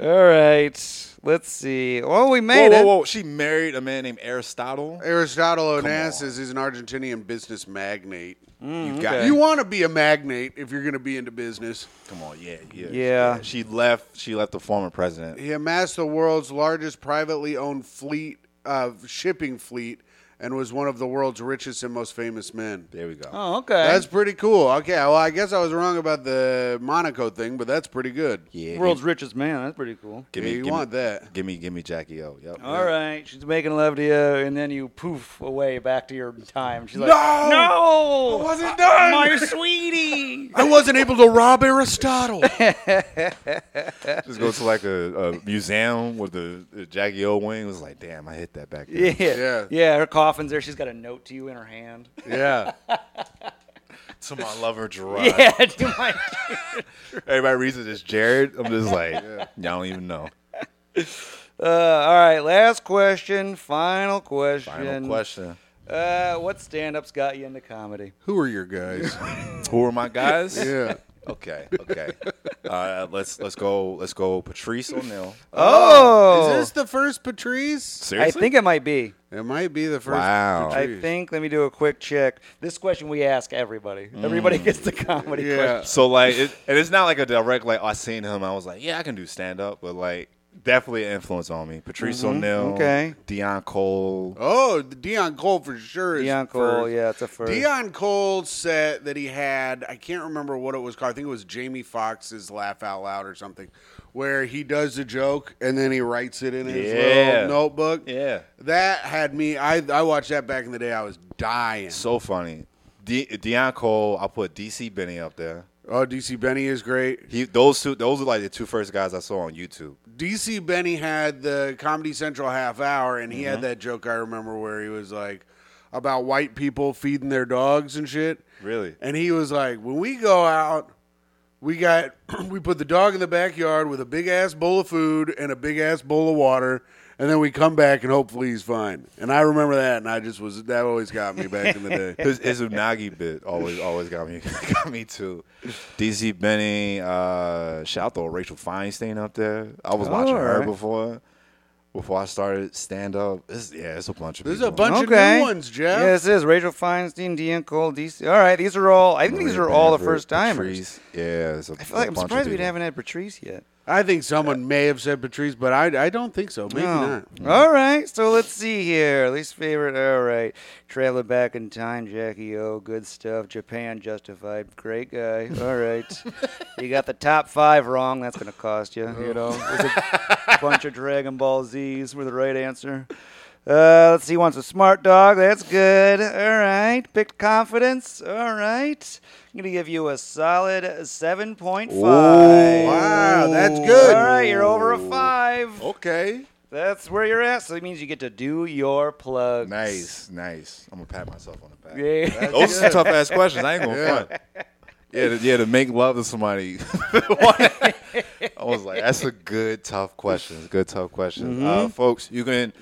Speaker 2: All right, let's see. Well, we
Speaker 3: whoa,
Speaker 2: made
Speaker 3: whoa,
Speaker 2: it.
Speaker 3: whoa! She married a man named Aristotle.
Speaker 1: Aristotle Onassis is an Argentinian business magnate.
Speaker 2: Mm.
Speaker 3: you got
Speaker 1: You want to be a magnate if you're going to be into business.
Speaker 3: Come on, yeah, yeah,
Speaker 2: Yeah.
Speaker 3: She left. She left the former president.
Speaker 1: He amassed the world's largest privately owned fleet, uh, shipping fleet, and was one of the world's richest and most famous men.
Speaker 3: There we go.
Speaker 2: Oh, okay.
Speaker 1: That's pretty cool. Okay, well, I guess I was wrong about the Monaco thing, but that's pretty good.
Speaker 3: Yeah.
Speaker 2: World's richest man. That's pretty cool.
Speaker 3: give
Speaker 1: Yeah,
Speaker 3: me,
Speaker 1: you
Speaker 3: give me-
Speaker 1: want that.
Speaker 3: Give me, give me Jackie O. Yep.
Speaker 2: All right, she's making love to you, and then you poof away back to your time. She's like,
Speaker 1: No!
Speaker 2: no,
Speaker 1: I wasn't done!
Speaker 2: my sweetie.
Speaker 1: I wasn't able to rob Aristotle.
Speaker 3: Just go to like a, a museum with the, the Jackie O wing. It was like, damn, I hit that back. There.
Speaker 2: Yeah.
Speaker 1: Yeah.
Speaker 2: yeah, Her coffin's there. She's got a note to you in her hand.
Speaker 1: yeah.
Speaker 3: To my lover Gerard.
Speaker 2: Yeah, to my.
Speaker 3: Everybody reads it as Jared. I'm just like, y'all don't even know.
Speaker 2: Uh, all right, last question, final question.
Speaker 3: Final question.
Speaker 2: Uh, what stand-ups got you into comedy?
Speaker 1: Who are your guys?
Speaker 3: Who are my guys?
Speaker 1: yeah.
Speaker 3: Okay. Okay. Uh, let's let's go let's go Patrice O'Neill.
Speaker 2: Oh,
Speaker 1: Is this the first Patrice?
Speaker 2: I
Speaker 3: Seriously?
Speaker 2: think it might be.
Speaker 1: It might be the first.
Speaker 3: Wow.
Speaker 1: Patrice.
Speaker 2: I think. Let me do a quick check. This question we ask everybody. Everybody gets the comedy
Speaker 1: Mm. Yeah.
Speaker 2: question.
Speaker 3: so like, it, and it's not like a direct like I seen him. I was like, yeah, I can do stand up, but like definitely an influence on me. Patrice O'Neill.
Speaker 2: Okay.
Speaker 3: Dion Cole.
Speaker 1: Oh, Dion Cole for sure. Is
Speaker 2: Dion Cole,
Speaker 1: first.
Speaker 2: yeah, it's a first.
Speaker 1: Dion Cole set that he had, I can't remember what it was called. I think it was Jamie Foxx's Laugh Out Loud or something, where he does a joke and then he writes it in his
Speaker 3: Yeah.
Speaker 1: little notebook.
Speaker 3: Yeah.
Speaker 1: That had me, I, I watched that back in the day. I was dying.
Speaker 3: So funny. D- Deion Cole. I put DC Benny up there.
Speaker 1: Oh, DC Benny is great.
Speaker 3: He those two those are like the two first guys I saw on YouTube.
Speaker 1: DC Benny had the Comedy Central half hour, and he had that joke I remember where he was like about white people feeding their dogs and shit.
Speaker 3: Really?
Speaker 1: And he was like, when we go out, we got we put the dog in the backyard with a big ass bowl of food and a big ass bowl of water. And then we come back and hopefully he's fine. And I remember that, and I just was that always got me back in the day.
Speaker 3: His, his unagi bit always always got me got me too. DC Benny, uh, shout out to Rachel Feinstein up there. I was watching her
Speaker 2: Alright.
Speaker 3: before before I started stand up. It's, yeah, it's a bunch of
Speaker 1: There's a
Speaker 3: people.
Speaker 1: bunch
Speaker 2: okay.
Speaker 1: of new ones, Jeff.
Speaker 2: Yeah, this is Rachel Feinstein, Dion Cole, DC. All right, these are all. I think these
Speaker 3: Maria
Speaker 2: are all the
Speaker 3: Bamford,
Speaker 2: first timers.
Speaker 3: Patrice. Yeah, it's a,
Speaker 2: I feel like I'm
Speaker 3: bunch of
Speaker 2: surprised we
Speaker 3: people.
Speaker 2: haven't had Patrice yet.
Speaker 1: I think someone may have said Patrice, but I, I don't think so. Maybe
Speaker 2: Oh.
Speaker 1: not.
Speaker 2: All right, so let's see here. Least favorite. All right, traveling back in time, Jackie O. Good stuff. Japan justified. Great guy. All right, you got the top five wrong. That's gonna cost you. You know,
Speaker 1: Oh.
Speaker 2: there's a bunch of Dragon Ball Z's were the right answer. Uh, let's see. Wants a smart dog. That's good. All right. Picked confidence. All right. I'm gonna give you a solid seven point five.
Speaker 1: Wow, that's good.
Speaker 2: All right, you're over a five.
Speaker 1: Okay.
Speaker 2: That's where you're at. So it means you get to do your plugs.
Speaker 3: Nice, nice. I'm gonna pat myself on the back.
Speaker 2: Yeah.
Speaker 3: Those are tough ass questions. I ain't gonna
Speaker 1: Yeah.
Speaker 3: front. Yeah, to, yeah, to make love to somebody. I was like, that's a good tough question. It's a good tough question,
Speaker 2: Mm-hmm.
Speaker 3: uh, folks. You can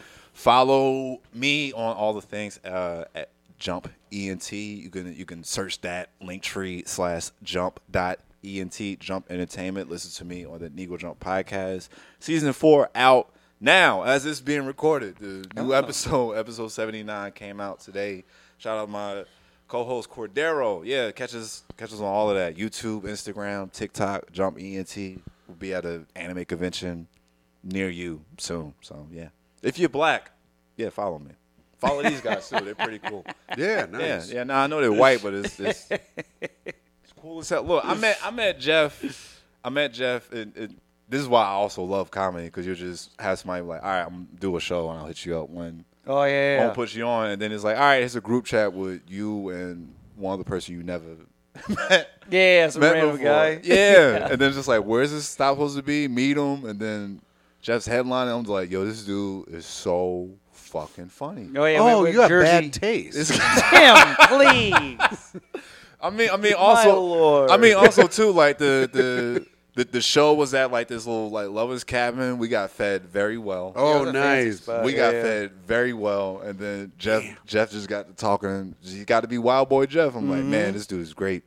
Speaker 3: follow me on all the things uh, at Jump ENT. You can you can search that linktree slash Jump dot ENT Jump Entertainment. Listen to me on the Negro Jump podcast, season four out now as it's being recorded. The
Speaker 2: Oh.
Speaker 3: new episode, episode seventy nine, came out today. Shout out my co-host Cordero. Yeah, catch us catch us on all of that. YouTube, Instagram, TikTok, Jump ENT. We'll be at an anime convention near you soon. So yeah. If you're black, yeah, follow me. Follow these guys too. They're pretty cool.
Speaker 1: Yeah, nice.
Speaker 3: Yeah, yeah. Now I know they're white, but it's it's, it's cool as hell. Look, I met I met Jeff. I met Jeff, and, and this is why I also love comedy because you just have somebody like, all right, I'm gonna do a show and I'll hit you up when
Speaker 2: Oh
Speaker 3: I'm
Speaker 2: yeah.
Speaker 3: gonna put you on, and then it's like, all right, it's a group chat with you and one other person you never met.
Speaker 2: yeah, some
Speaker 3: met
Speaker 2: random
Speaker 3: before.
Speaker 2: guy.
Speaker 3: Yeah. and then it's just like, where's this stop supposed to be? Meet him, and then Jeff's headline. I'm like, yo, this dude is so fucking funny.
Speaker 2: Oh yeah.
Speaker 1: oh,
Speaker 2: wait, wait,
Speaker 1: you have
Speaker 2: Jersey.
Speaker 1: bad taste.
Speaker 3: It's-
Speaker 2: Tim, please.
Speaker 3: I mean, I mean, also,
Speaker 2: lord.
Speaker 3: I mean, also too, like the the. The, the show was at like this little like lovers cabin. We got fed very well.
Speaker 1: oh,
Speaker 2: a fancy
Speaker 1: nice.
Speaker 2: spot.
Speaker 3: we got
Speaker 2: yeah.
Speaker 3: fed very well, and then Jeff Jeff just got to talking. He got to be Wild Boy Jeff. I'm
Speaker 2: Mm-hmm.
Speaker 3: like, man, this dude is great,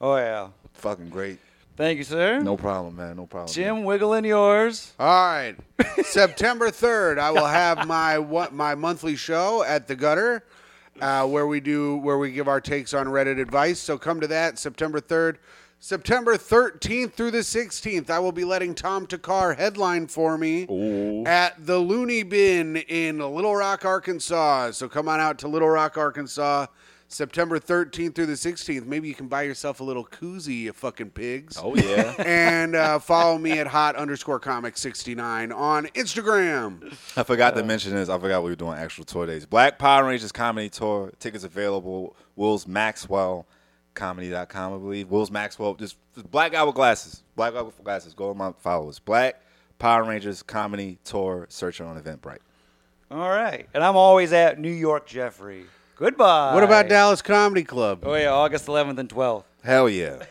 Speaker 2: Oh yeah.
Speaker 3: fucking great.
Speaker 2: Thank you, sir.
Speaker 3: No problem, man. No problem.
Speaker 2: Jim, wiggle in yours.
Speaker 1: All right. September 3rd, I will have my what, my monthly show at the gutter uh, where we do where we give our takes on Reddit advice. So come to that September 3rd. September 13th through the 16th, I will be letting Tom Takar headline for me at the Looney Bin in Little Rock, Arkansas. So come on out to Little Rock, Arkansas, September 13th through the 16th. Maybe you can buy yourself a little koozie, you fucking pigs
Speaker 3: Oh yeah,
Speaker 1: and uh, follow me at hot underscore comic 69 on Instagram.
Speaker 3: I forgot to mention this. I forgot we were doing actual tour days. Black Power Rangers comedy tour tickets available. Will's Maxwell comedy.com, I believe. Will's Maxwell, just just black guy with glasses. Black guy with glasses. Go to my followers. Black Power Rangers comedy tour. Search it on Eventbrite.
Speaker 2: All right. And I'm always at New York Jeffrey. Goodbye.
Speaker 1: What about Dallas Comedy Club?
Speaker 2: Oh yeah, August 11th and 12th.
Speaker 3: Hell yeah.